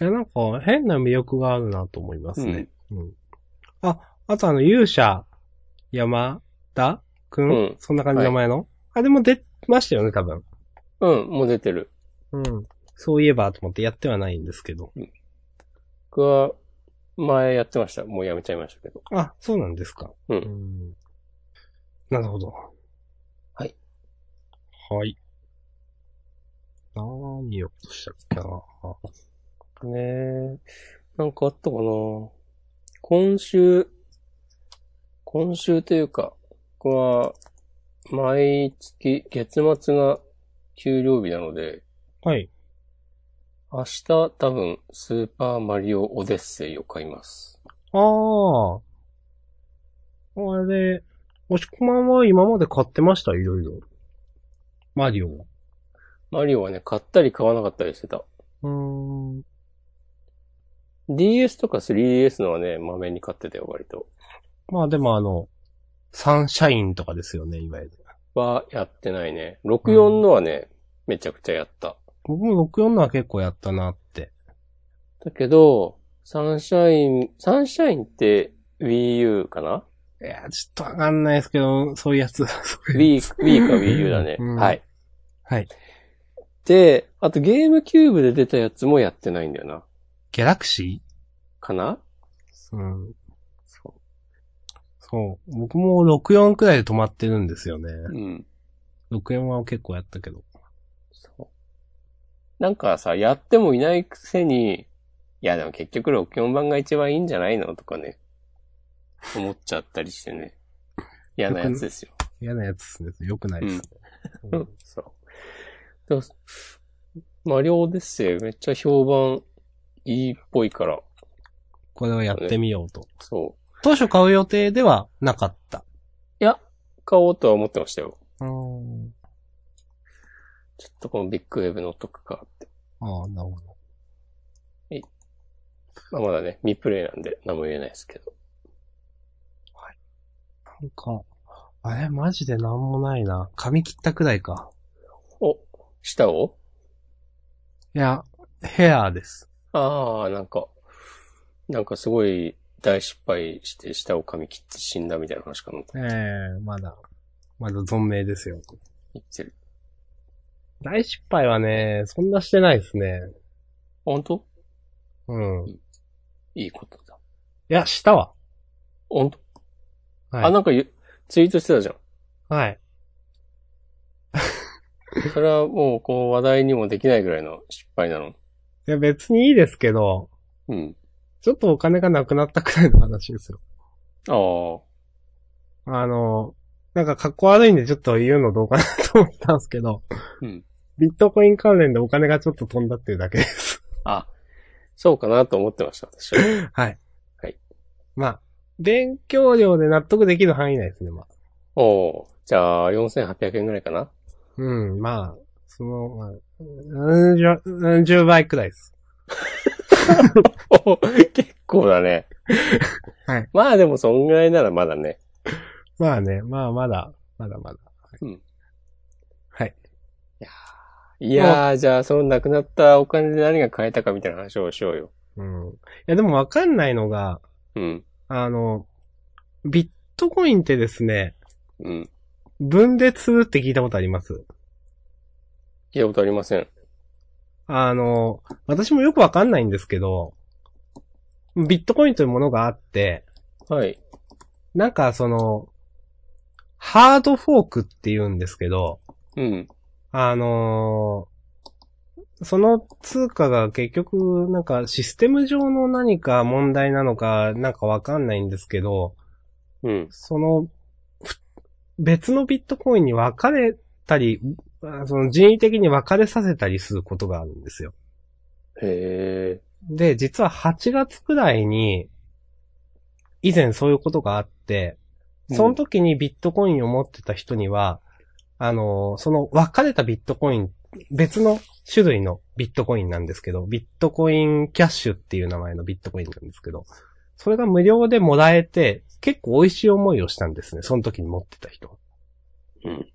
S1: え、なんか変な魅力があるなと思いますね。うん。あ、あとあの、勇者、山田くん、
S2: うん
S1: そんな感じの名前の、あ、でも出ましたよね、多分。
S2: うん、もう出てる。
S1: うん。そういえばと思ってやってはないんですけど。
S2: 僕は、前やってました。もうやめちゃいましたけど。
S1: あ、そうなんですか。
S2: うん
S1: んなるほど。
S2: はい。
S1: はい。何をしたっけな。あ
S2: ねえ。なんかあったかな今週、今週というか、僕は、毎月、月末が給料日なので、
S1: はい。
S2: 明日多分、スーパーマリオオデッセイを買います。
S1: ああ。あれ、押し込まんは今まで買ってましたいろいろ。マリオは。
S2: マリオはね、買ったり買わなかったりしてた。
S1: うーん。
S2: DS とか 3DS のはね、まめに買ってたよ、割と。
S1: まあでもあの、サンシャインとかですよね、いわゆる。
S2: はやってないね。64のはね、めちゃくちゃやった。
S1: 僕も64のは結構やったなって。
S2: だけど、サンシャイン、サンシャインって Wii U かない
S1: や、ちょっとわかんないですけど、そういうやつ。そういう
S2: ?Wii、Wii か Wii U だね。
S1: うん
S2: はい。
S1: はい。
S2: で、あとゲームキューブで出たやつもやってないんだよな。
S1: ギャラクシ
S2: かな
S1: ーうん。そう。そう。僕も64くらいで止まってるんですよね。
S2: うん。
S1: 64は結構やったけど。
S2: そう。なんかさ、やってもいないくせに、いやでも結局64番が一番いいんじゃないのとかね、思っちゃったりしてね。嫌なやつですよ。
S1: 嫌なやつですね。良くないですね。うん
S2: そう。でも、マリオデッセイめっちゃ評判いいっぽいから、
S1: これをやってみようと。
S2: そう。
S1: 当初買う予定ではなかった。
S2: 買おうとは思ってましたよ。
S1: うん。
S2: ちょっとこのビッグウェブの得かって。
S1: ああ、なるほど。
S2: まあまだね、未プレイなんで何も言えないですけど。
S1: なんか、あれマジでなんもないな。髪切ったくらいか。
S2: お、舌を
S1: いや、ヘアです。
S2: ああ、なんか、なんかすごい大失敗して舌を噛み切って死んだみたいな話かなと
S1: ええまだ、まだ存命ですよ。
S2: 言ってる。
S1: 大失敗はね、そんなしてないですね。
S2: 本当
S1: うん。い
S2: いいことだ。
S1: や、したわ。
S2: 本当、
S1: はい。
S2: あ、なんかゆツイートしてたじ ゃん。
S1: はい。
S2: それはもうこう話題にもできないぐらいの失敗なの。
S1: いや、別にいいですけど、
S2: うん。
S1: ちょっとお金がなくなったくらいの話ですよ。
S2: ああ。
S1: あの、なんか格好悪いんでちょっと言うのどうかなと思ったんですけど、
S2: うん。
S1: ビットコイン関連でお金がちょっと飛んだっていうだけです。
S2: あ、そうかなと思ってました、私 は。
S1: はい。
S2: はい。
S1: まあ、勉強量で納得できる範囲内ですね、まあ。
S2: おおじゃあ、4800円ぐらいかな
S1: うん、まあ、その、まあ、うんじゅうん10倍くらいです。
S2: おー結構だ ね。
S1: はい。
S2: まあでもそんぐらいならまだね。
S1: まあね、まあまだ、まだまだ。
S2: うん。
S1: はい。
S2: いやー、じゃあ、その亡くなったお金で何が買えたかみたいな話をしようよ。
S1: うん。いや、でもわかんないのが、
S2: うん。
S1: あの、ビットコインってですね、
S2: うん。
S1: 分裂するって聞いたことあります。
S2: 聞いたことありません。
S1: あの、私もよくわかんないんですけど、ビットコインというものがあって、
S2: はい。
S1: なんかその、ハードフォークって言うんですけど、
S2: うん。
S1: あのーその通貨が結局、なんかシステム上の何か問題なのか、なんかわかんないんですけど、
S2: うん。
S1: その、ふ別のビットコインに分かれたり、あその人為的に分かれさせたりすることがあるんですよ。
S2: へえ。
S1: で、実は8月くらいに、以前そういうことがあって、その時にビットコインを持ってた人には、あの、その分かれたビットコイン、別の種類のビットコインなんですけど、ビットコインキャッシュっていう名前のビットコインなんですけど、それが無料でもらえて、結構美味しい思いをしたんですね、その時に持ってた人。
S2: うん。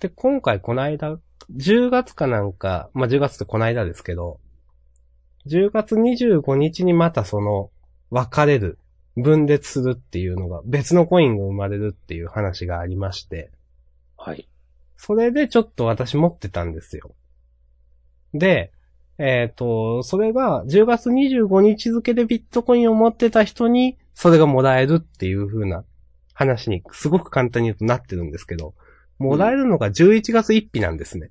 S1: で、今回この間、10月かなんか、まあ、10月ってこの間ですけど、10月25日にまたその、分かれる、分裂するっていうのが、別のコインが生まれるっていう話がありまして、
S2: はい。
S1: それでちょっと私持ってたんですよ。で、えっ、と、それが10月25日付でビットコインを持ってた人に、それがもらえるっていう風な話に、すごく簡単に言うとなってるんですけど、もらえるのが11月1日なんですね。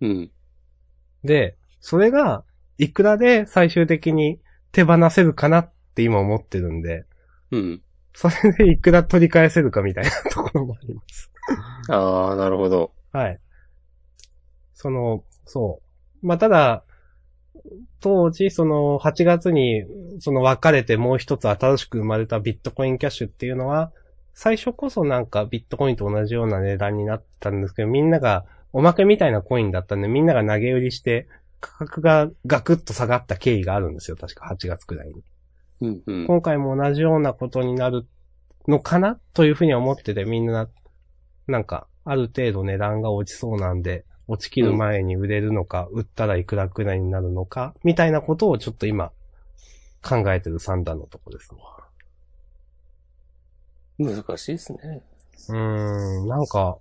S2: うん。
S1: で、それが、いくらで最終的に手放せるかなって今思ってるんで、
S2: うん。
S1: それでいくら取り返せるかみたいなところもあります。
S2: あー、なるほど。
S1: はい。その、そう。まあ、ただ、当時、その、8月に、その分かれてもう一つ新しく生まれたビットコインキャッシュっていうのは、最初こそなんかビットコインと同じような値段になってたんですけど、みんながおまけみたいなコインだったんで、みんなが投げ売りして、価格がガクッと下がった経緯があるんですよ。確か8月くらいに。
S2: うん。うん。
S1: 今回も同じようなことになるのかなというふうには思ってて、みんな、なんか、ある程度値段が落ちそうなんで、落ちきる前に売れるのか、売ったらいくらくらいになるのか、みたいなことをちょっと今、考えてる三段のとこですね。
S2: 難しいですね。
S1: うーん、なんか、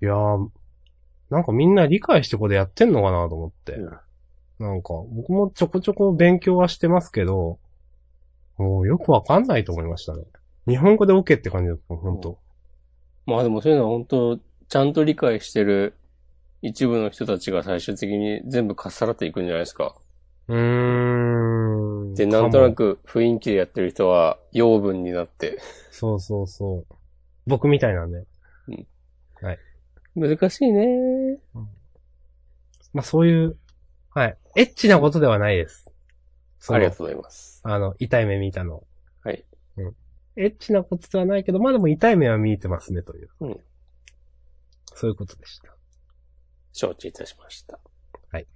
S1: いやー、なんかみんな理解してこれやってんのかなと思って。
S2: うん
S1: なんか、僕もちょこちょこ勉強はしてますけど、もうよくわかんないと思いましたね。日本語で OK って感じだった、ほんと。
S2: まあでもそういうのは本当、ちゃんと理解してる一部の人たちが最終的に全部かっさらっていくんじゃないですか。
S1: うーん。
S2: で、なんとな
S1: かも。
S2: く雰囲気でやってる人は養分になって。
S1: そうそうそう。僕みたいなんで。
S2: 難しいね。
S1: まあそういう、はい。エッチなことではないです。そ
S2: あ
S1: の
S2: りがとうございます。
S1: あの、痛い目見たの。
S2: はい。
S1: うん。エッチなことではないけど、まあでも痛い目は見えてますね、という。
S2: うん。
S1: そういうことでした。
S2: 承知いたしました。
S1: はい。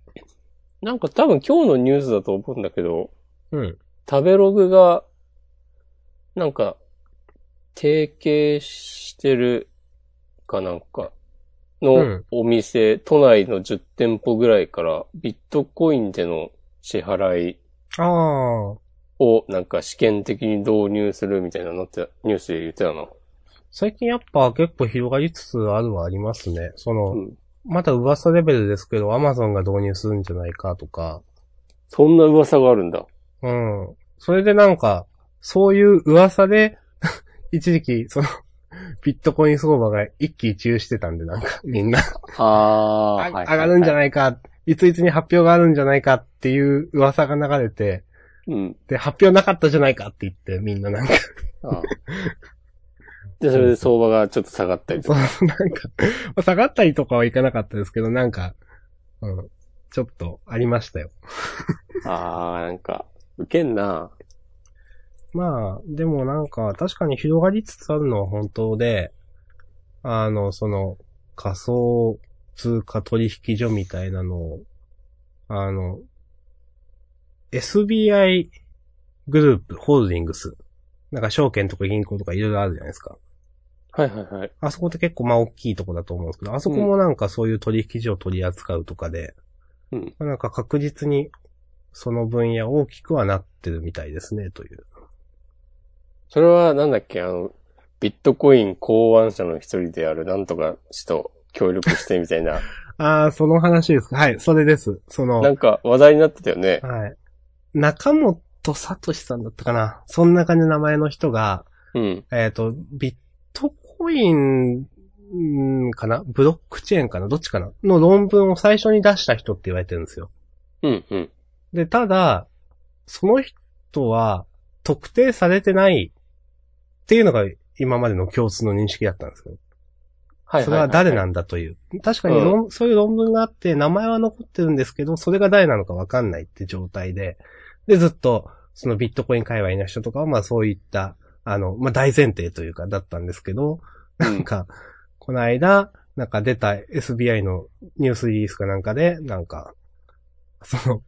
S2: なんか多分今日のニュースだと思うんだけど、
S1: うん。
S2: 食べログが、なんか、提携してるかなんか
S1: う
S2: の
S1: ん
S2: お店、都内の10店舗ぐらいからビットコインでの支払い
S1: ああ、
S2: をなんか試験的に導入するみたいなのってニュースで言ってたな。
S1: 最近やっぱ結構広がりつつあるはありますね。その、
S2: うん
S1: まだ噂レベルですけど、アマゾンが導入するんじゃないかとか、
S2: そんな噂があるんだ。
S1: うん。それでなんか、そういう噂で、 一時期、その、ビットコイン相場が一喜一憂してたんで、なんか、みんな、
S2: あ
S1: あ上がるんじゃ
S2: い
S1: ないか、いついつに発表があるんじゃないかっていう噂が流れて、
S2: うん。
S1: で、発表なかったじゃないかって言って、みんななんか、
S2: ああで、それで相場がちょっと下がったり
S1: そ
S2: とか。
S1: う、なんか、下がったりとかはいかなかったですけど、なんか、うん、ちょっとありましたよ。
S2: ああ、なんか、受けんな。
S1: まあ、でもなんか、確かに広がりつつあるのは本当で、あの、その、仮想通貨取引所みたいなのを、あの、SBI グループ、ホールディングス。なんか証券とか銀行とかいろいろあるじゃないですか。
S2: はいはいはい。
S1: あそこって結構まあ大きいとこだと思うんですけど、あそこもなんかそういう取引所を取り扱うとかで、
S2: うん
S1: まあなんか確実にその分野大きくはなってるみたいですね、という。
S2: それはなんだっけ、あの、ビットコイン考案者の一人であるなんとか氏と協力してみたい な、
S1: ああ、その話ですか。はい、それです。その、は
S2: な
S1: い。
S2: んか話題になってたよね。
S1: 中本聡さんだったかな。そんな感じの名前の人が、
S2: うん。
S1: えっ、と、ビットコイン、うんかなブロックチェーンかなどっちかなの論文を最初に出した人って言われてるんですよ。
S2: うんうん。
S1: で、ただ、その人は特定されてないっていうのが今までの共通の認識だったんですけど。
S2: はいはいはい、
S1: それは誰なんんだという。確かに論、そういう論文があって、名前は残ってるんですけど、それが誰なのかわかんないって状態で、で、ずっと、そのビットコイン界隈の人とかは、まあそういった、あの、まあ大前提というか、だったんですけど、なんか、この間、なんか出た SBI のニュースリリースかなんかで、なんか、その、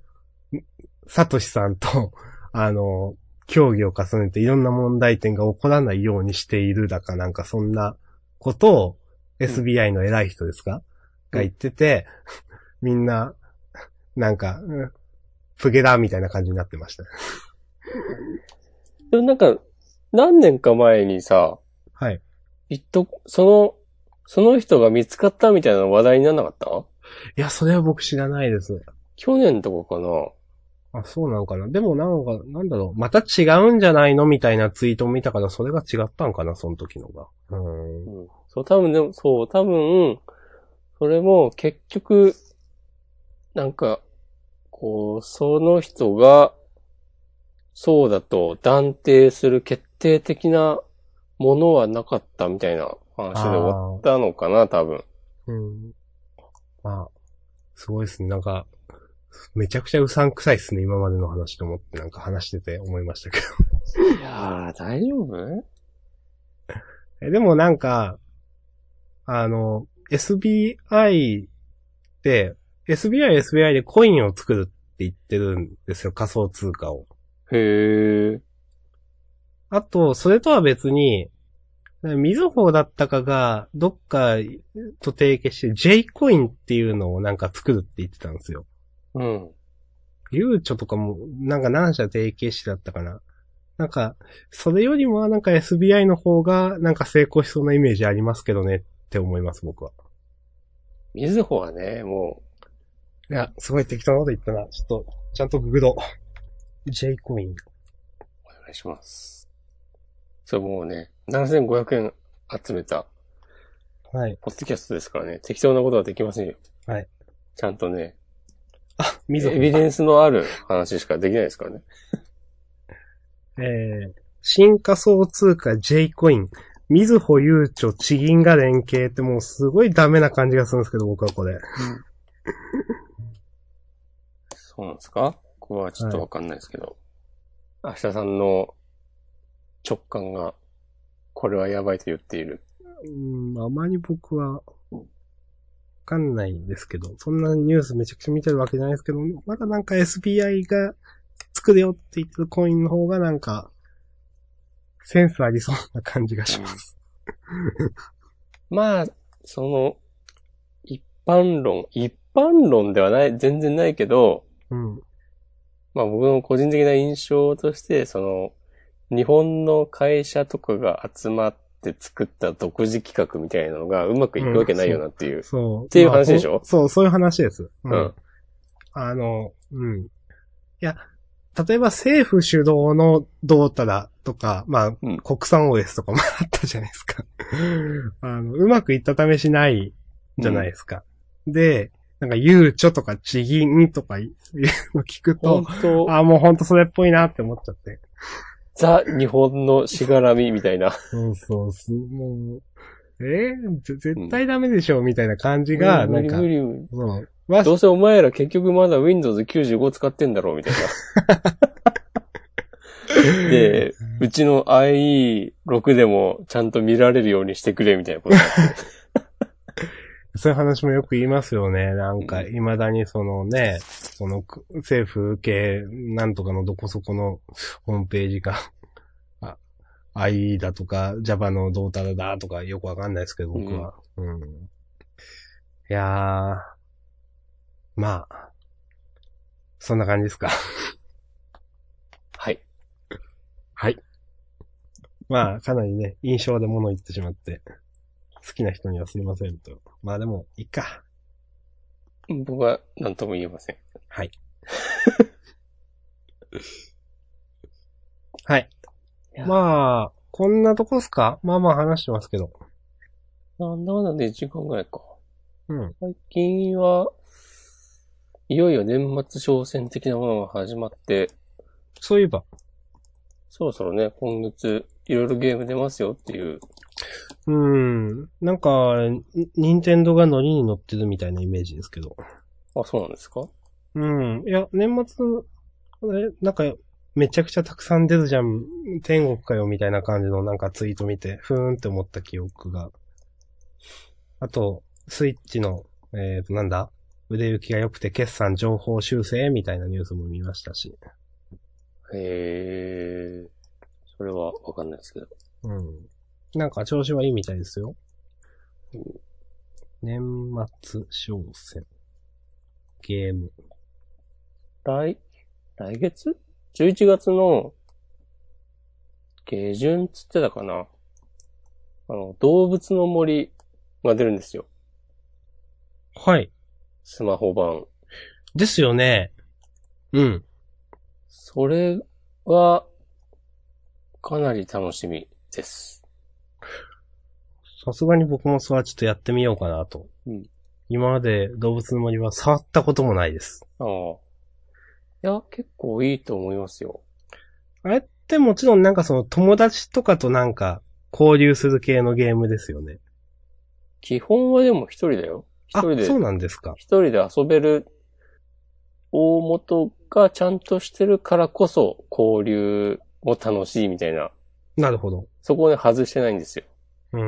S1: んサトシさんと、あの、協議を重ねていろんな問題点が起こらないようにしているだかなんかそんなことを SBI の偉い人ですか、
S2: うん
S1: が言ってて、みんな、なんか、うんプゲだみたいな感じになってました。
S2: でもなんか、何年か前にさ、
S1: はい。
S2: ビット、その、その人が見つかったみたいな話題にならなかった
S1: いや、それは僕知らないです。
S2: 去年とかかな
S1: あ、そうなのかな。でもなんか、なんだろう、また違うんじゃないのみたいなツイートを見たから、それが違ったんかな、その時のが。うーん。
S2: うんそう、多分でも、そう、多分、それも結局、なんか、こう、その人が、そうだと断定する決定的なものはなかったみたいな話で終わったのかな、多分。
S1: うん。まあ、すごいですね。なんか、めちゃくちゃうさんくさいですね、今までの話と思って、なんか話してて思いましたけど。
S2: いやー、大丈夫
S1: え、でもなんか、あの、SBI って、SBI、SBI でコインを作るって言ってるんですよ、仮想通貨を。
S2: へー。
S1: あと、それとは別に、みずほだったかが、どっかと提携して、J コインっていうのをなんか作るって言ってたんですよ。
S2: うん。
S1: ゆうちょとかも、なんか何社提携してだったかな。なんか、それよりもはなんか SBI の方が、なんか成功しそうなイメージありますけどねって思います、僕は。
S2: みずほはね、も
S1: いや、すごい適当なこと言ったな。ちょっと、ちゃんとググド。J コイン。
S2: う、お願いします。そう、もうね、7500円集めた、
S1: はい。
S2: ポッドキャストですからね、適当なことはできませんよ。
S1: はい。
S2: ちゃんとね、
S1: あ、みずほ
S2: エ。ビデンスのある話しかできないですからね。
S1: えー、新仮想通貨 J コイン。みずほゆうちょ、地銀が連携ってもうすごいダメな感じがするんですけど、僕はこれ。
S2: そうなんですかここはちょっとわかんないですけど。明日さんの直感が、これはやばいと言っている。
S1: うん、あまり僕は、わかんないんですけど、そんなニュースめちゃくちゃ見てるわけじゃないですけど、まだなんか SBI が作れよって言ってるコインの方がなんか、センスありそうな感じがします。
S2: まあ、その、一般論、一般論ではない、全然ないけど、
S1: うん。
S2: まあ僕の個人的な印象として、その、日本の会社とかが集まって作った独自企画みたいなのがうまくいくわけないよなっていう。
S1: そう。って
S2: いう話でしょ
S1: そう、そういう話です。う
S2: うん。
S1: あの、うん。いや、例えば政府主導のどうたらとか、まあ、
S2: うん
S1: 国産 OS とかもあったじゃないですか。 あの、うまくいった試しないじゃないですか。で、なんか、ゆうちょとか、ちぎんとかいうの聞く
S2: 本
S1: と、
S2: 当
S1: ああ、もうほんとそれっぽいなって思っちゃって。
S2: ザ・日本のしがらみみたいな。
S1: そうそうす、もう、えーぜ絶対ダメでしょ、みたいな感じが、
S2: 無
S1: な
S2: 理
S1: んか
S2: 無、理無理。
S1: そう。わ
S2: どうせお前ら結局まだ Windows 95使ってんだろうみたいな。で、うちの IE6 でもちゃんと見られるようにしてくれみたいなこと。
S1: そういう話もよく言いますよね。なんか、
S2: う
S1: 未だにそのね、そのく政府系なんとかのどこそこのホームページか、あ、IE だとか Java のどうたらだとかよくわかんないですけど、僕は。うん。いやー、まあ、そんな感じですか。
S2: はい。
S1: まあ、かなりね、印象で物言ってしまって、好きな人にはすいませんと。まあでも、いいか。
S2: 僕は何とも言えません。
S1: はい。はい。
S2: いや
S1: まあ、こんなとこっすかまあまあ話してますけど。
S2: なんだかんだで1時間ぐらいか。
S1: うん。
S2: 最近は、いよいよ年末商戦的なものが始まって、
S1: そういえば、
S2: そろそろね、今月いろいろゲーム出ますよっていう。
S1: うん。なんか、に任天堂が乗りに乗ってるみたいなイメージですけど。
S2: あ、そうなんですか
S1: うん。いや、年末、え、なんか、めちゃくちゃたくさん出るじゃん。天国かよ、みたいな感じのなんかツイート見て、ふーんって思った記憶が。あと、スイッチの、えーと、なんだ腕行きが良くて決算情報修正みたいなニュースも見ましたし。
S2: へえ。それはわかんないですけど。
S1: うん。なんか調子はいいみたいですよ。年末商戦。ゲーム。
S2: 来、来月 ?11 月の下旬つってたかな。あの、動物の森が出るんですよ。
S1: はい。
S2: スマホ版。
S1: ですよね。うん。
S2: それは、かなり楽しみです。
S1: さすがに僕もそれはちょっとやってみようかなと。
S2: うん
S1: 今まで動物の森は触ったこともないです。
S2: ああ。いや、結構いいと思いますよ。
S1: あれってもちろんなんかその友達とかとなんか交流する系のゲームですよね。
S2: 基本はでも一人だよ。一
S1: あ、
S2: 人で
S1: そうなんですか。
S2: 一人で遊べる大元がちゃんとしてるからこそ交流も楽しいみたいな。
S1: なるほど。
S2: そこをね、外してないんですよ。
S1: うー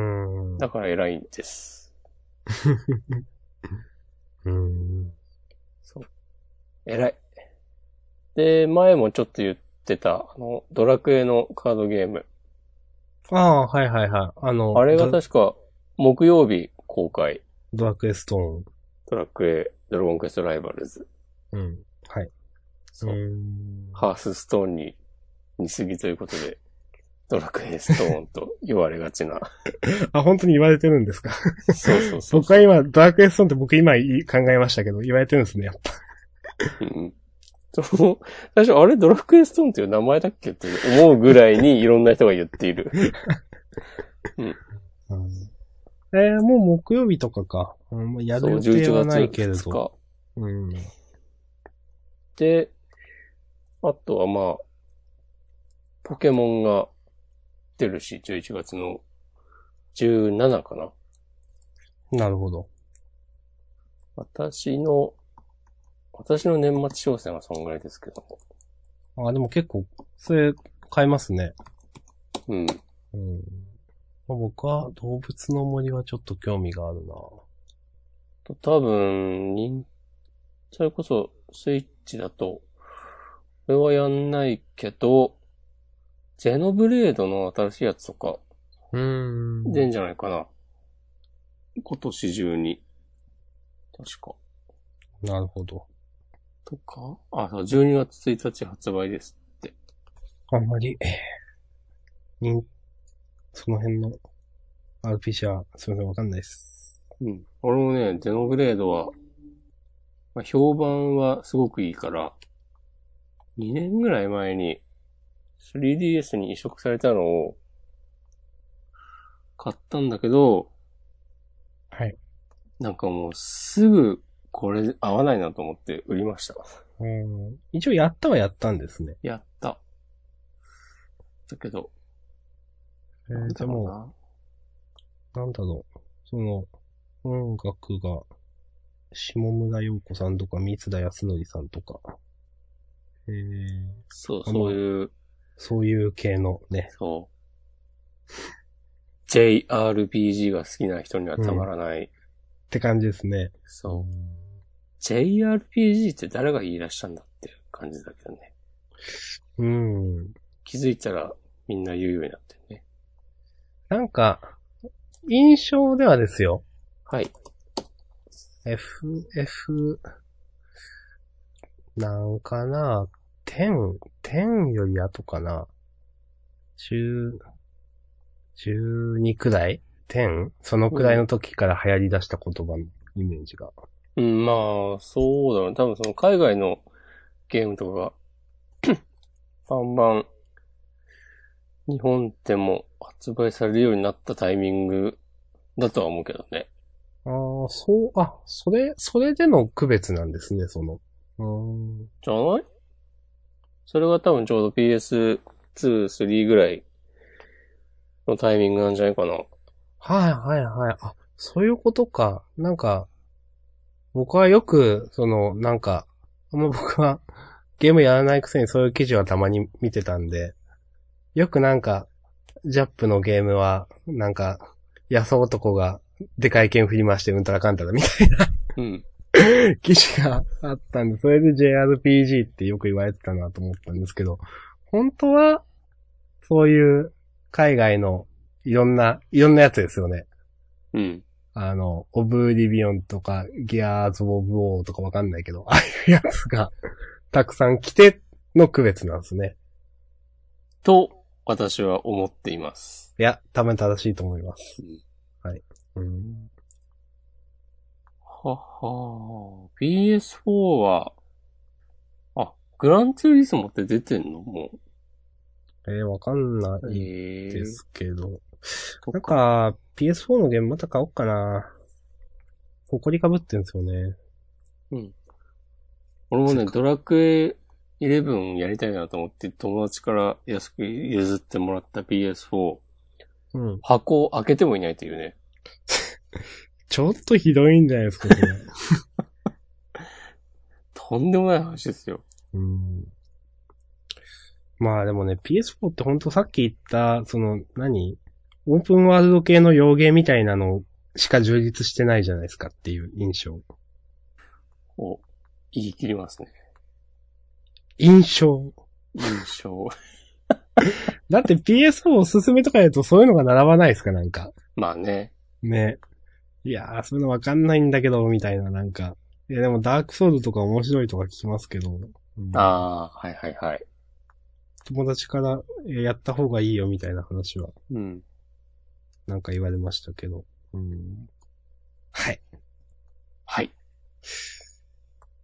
S1: ん。
S2: だから偉いんです。
S1: うーん。
S2: 偉い。で、前もちょっと言ってた、あの、ドラクエのカードゲーム。
S1: ああ、はいはいはい。あの、
S2: あれが
S1: ド
S2: 確か木曜日公開。
S1: ドラクエストーン。
S2: ドラクエ、ドラゴンクエストライバルズ。
S1: うん。はい。
S2: そ
S1: ー
S2: うう。
S1: ん
S2: ハースストーンに似すぎということで、ドラクエストーンと言われ がちな。
S1: あ、本当に言われてるんですか
S2: そうそうそう。
S1: 僕は今、ドラクエストーンって僕今い考えましたけど、言われてるんですね、やっぱ。
S2: うんその、最初、あれ、ドラクエストーンっていう名前だっけって思うぐらいにいろんな人が言っている。
S1: えー、もう木曜日とかか。うん、もう やる予定はないけれ
S2: そう
S1: ど。
S2: 11
S1: うん。
S2: 月2日。で、あとはまあ、ポケモンが出るし、11月の17かな。
S1: なるほど。
S2: 私の、私の年末商戦はそんぐらいですけども。
S1: あ、でも結構、それ、買えますね。
S2: うん。
S1: うん。まあ僕は、動物の森はちょっと興味があるな。
S2: と多分、にそれこそ、スイッチだと、これはやんないけど、ゼノブレードの新しいやつとか、
S1: うーん
S2: 出んじゃないかな。今年中に。確か。
S1: なるほど。
S2: とかあ、そう、12月1日発売です。
S1: あんまり、 にその辺の RPG は、すみません、わかんないです。
S2: うん。俺もね、ゼノブレードは、まあ、評判はすごくいいから、2年ぐらい前に 3DS に移植されたのを買ったんだけど、
S1: はい。
S2: なんかもうすぐこれ合わないなと思って売りました。
S1: うん。一応、やったはやったんですね。
S2: やった。だけど、
S1: えー、じゃあもう、なんだろう。その、音楽が、下村陽子さんとか、三田康則さんとか、えー、
S2: そう、
S1: あの
S2: そういう、
S1: そういう系のね、
S2: そう。JRPG が好きな人にはたまらない。
S1: って感じですね。
S2: そう。JRPG って誰が言い出したんだっていう感じだけどね。
S1: うん。
S2: 気づいたらみんな言うようになってるね。
S1: なんか、印象ではですよ。
S2: はい。
S1: F、F、なんかな、10、10より後かな。10、12くらい ?10? そのくらいの時から流行り出した言葉のイメージが。
S2: うん、まあ、そうだろうね。多分その海外のゲームとかが、 バンバン、日本でも発売されるようになったタイミングだとは思うけどね。
S1: ああ、そう、あ、それ、それでの区別なんですね、その。うーん。
S2: じゃないそれが多分ちょうど PS2、3ぐらいのタイミングなんじゃないかな。
S1: はいはいはい。あ、そういうことか。なんか、僕はよく、その、なんか、あんま僕は ゲームやらないくせにそういう記事はたまに見てたんで、よくなんか、ジャップのゲームは、なんか、安男がでかい剣振り回してうんたらかんたらみたい
S2: うん。
S1: な記事が あったんで、それで JRPG ってよく言われてたなと思ったんですけど、本当は、そういう海外のいろんな、いろんなやつですよね。
S2: うん。
S1: あの、オブリビオンとか、ギアーズ・オブ・オーとかわかんないけど、 ああいうやつが、たくさん来ての区別なんですね。
S2: と、私は思っています。
S1: いや、多分正しいと思います。うん。
S2: ははー PS4 は、あ、グランツーリスモって出てんのも
S1: えーわかんな
S2: う。
S1: い
S2: ええ
S1: ですけど。
S2: と
S1: なん
S2: か。
S1: か、PS4 のゲームまた買おうかな。埃かぶってんですよね。
S2: 俺もね、ドラクエ11やりたいなと思って、友達から安く譲ってもらった PS4、
S1: うん。
S2: 箱を開けてもいないというね。
S1: ちょっとひどいんじゃないですか、これ。
S2: とんでもない話ですよ。
S1: うんまあでもね、PS4 ってほんとさっき言った、その、何オープンワールド系の洋芸みたいなのしか充実してないじゃないですかっていう印象。
S2: を 言い切りますね。
S1: 印象
S2: 印象。
S1: だって PS4 おすすめとかやとそういうのが並ばないですか、なんか。
S2: まあね。
S1: ね。いやー、そういうのわかんないんだけど、みたいな、なんか。いや、でもダークソウルとか面白いとか聞きますけど。うん
S2: ああ、はいはいはい。
S1: 友達からえやった方がいいよみたいな話は
S2: うん。
S1: なんか言われましたけど。うん、はい。
S2: はい。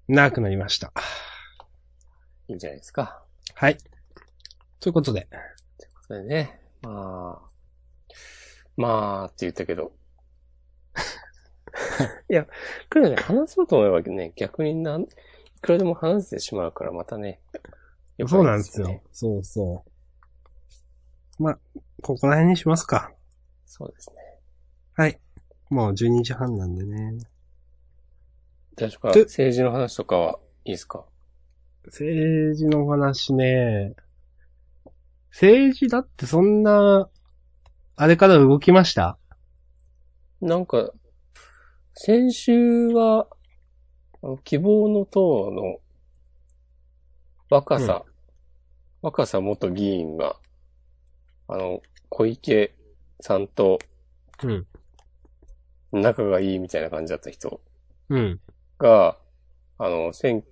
S1: 長くなりました。
S2: いいんじゃないですか。
S1: はい。ということで。
S2: それね。まあ。まあ、って言ったけど。 いや、これね、話そうと思えばね、逆になん、いくらでも話してしまうから、またね。良く
S1: そうないんですよ。。そうそう。まあ、ここら辺にしますか。
S2: そうですね。
S1: もう12時半なんでね。
S2: 大丈夫か
S1: で
S2: 政治の話とかはいいですか
S1: 政治のお話ね。政治だってそんな、あれから動きました
S2: なんか、先週は、あの希望の党の若さ、若さ元議員が、あの、小池さんと
S1: うん。
S2: 仲がいいみたいな感じだった人
S1: うん。
S2: が、あの、選、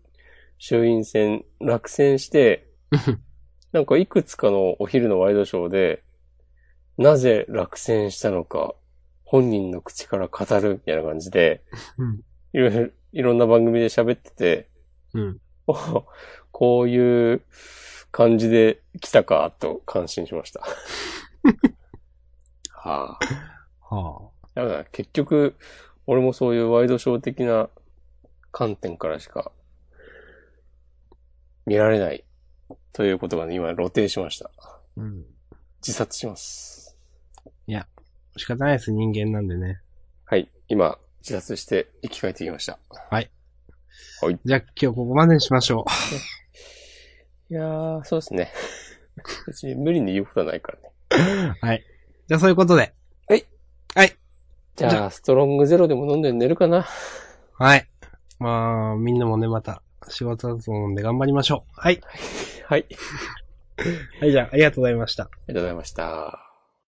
S2: 衆院選落選して、なんかいくつかのお昼のワイドショーで、なぜ落選したのか、本人の口から語るみたいな感じで、
S1: うん
S2: いろいろ、いろんな番組で喋ってて、
S1: うん。
S2: おこういう感じで来たか、と感心しま した。はあ。
S1: は
S2: だから結局、俺もそういうワイドショー的な観点からしか見られないということがね、今露呈しました。
S1: あ。うん。
S2: 自殺します。
S1: 仕方ないです、人間なんでね。
S2: はい。今、自殺して生き返ってきました。
S1: じゃあ今日ここまでにしましょう。
S2: いやー、そうです ね。別に無理に言うことはないからね。
S1: はい。じゃあそういうことで。
S2: じゃあ、ストロングゼロでも飲んで寝るかな。
S1: はい。まあ、みんなもね、また仕事だと思うんで頑張りましょう。はい。
S2: はい。あり
S1: はい、じゃあありがとうございました。
S2: がとうございました。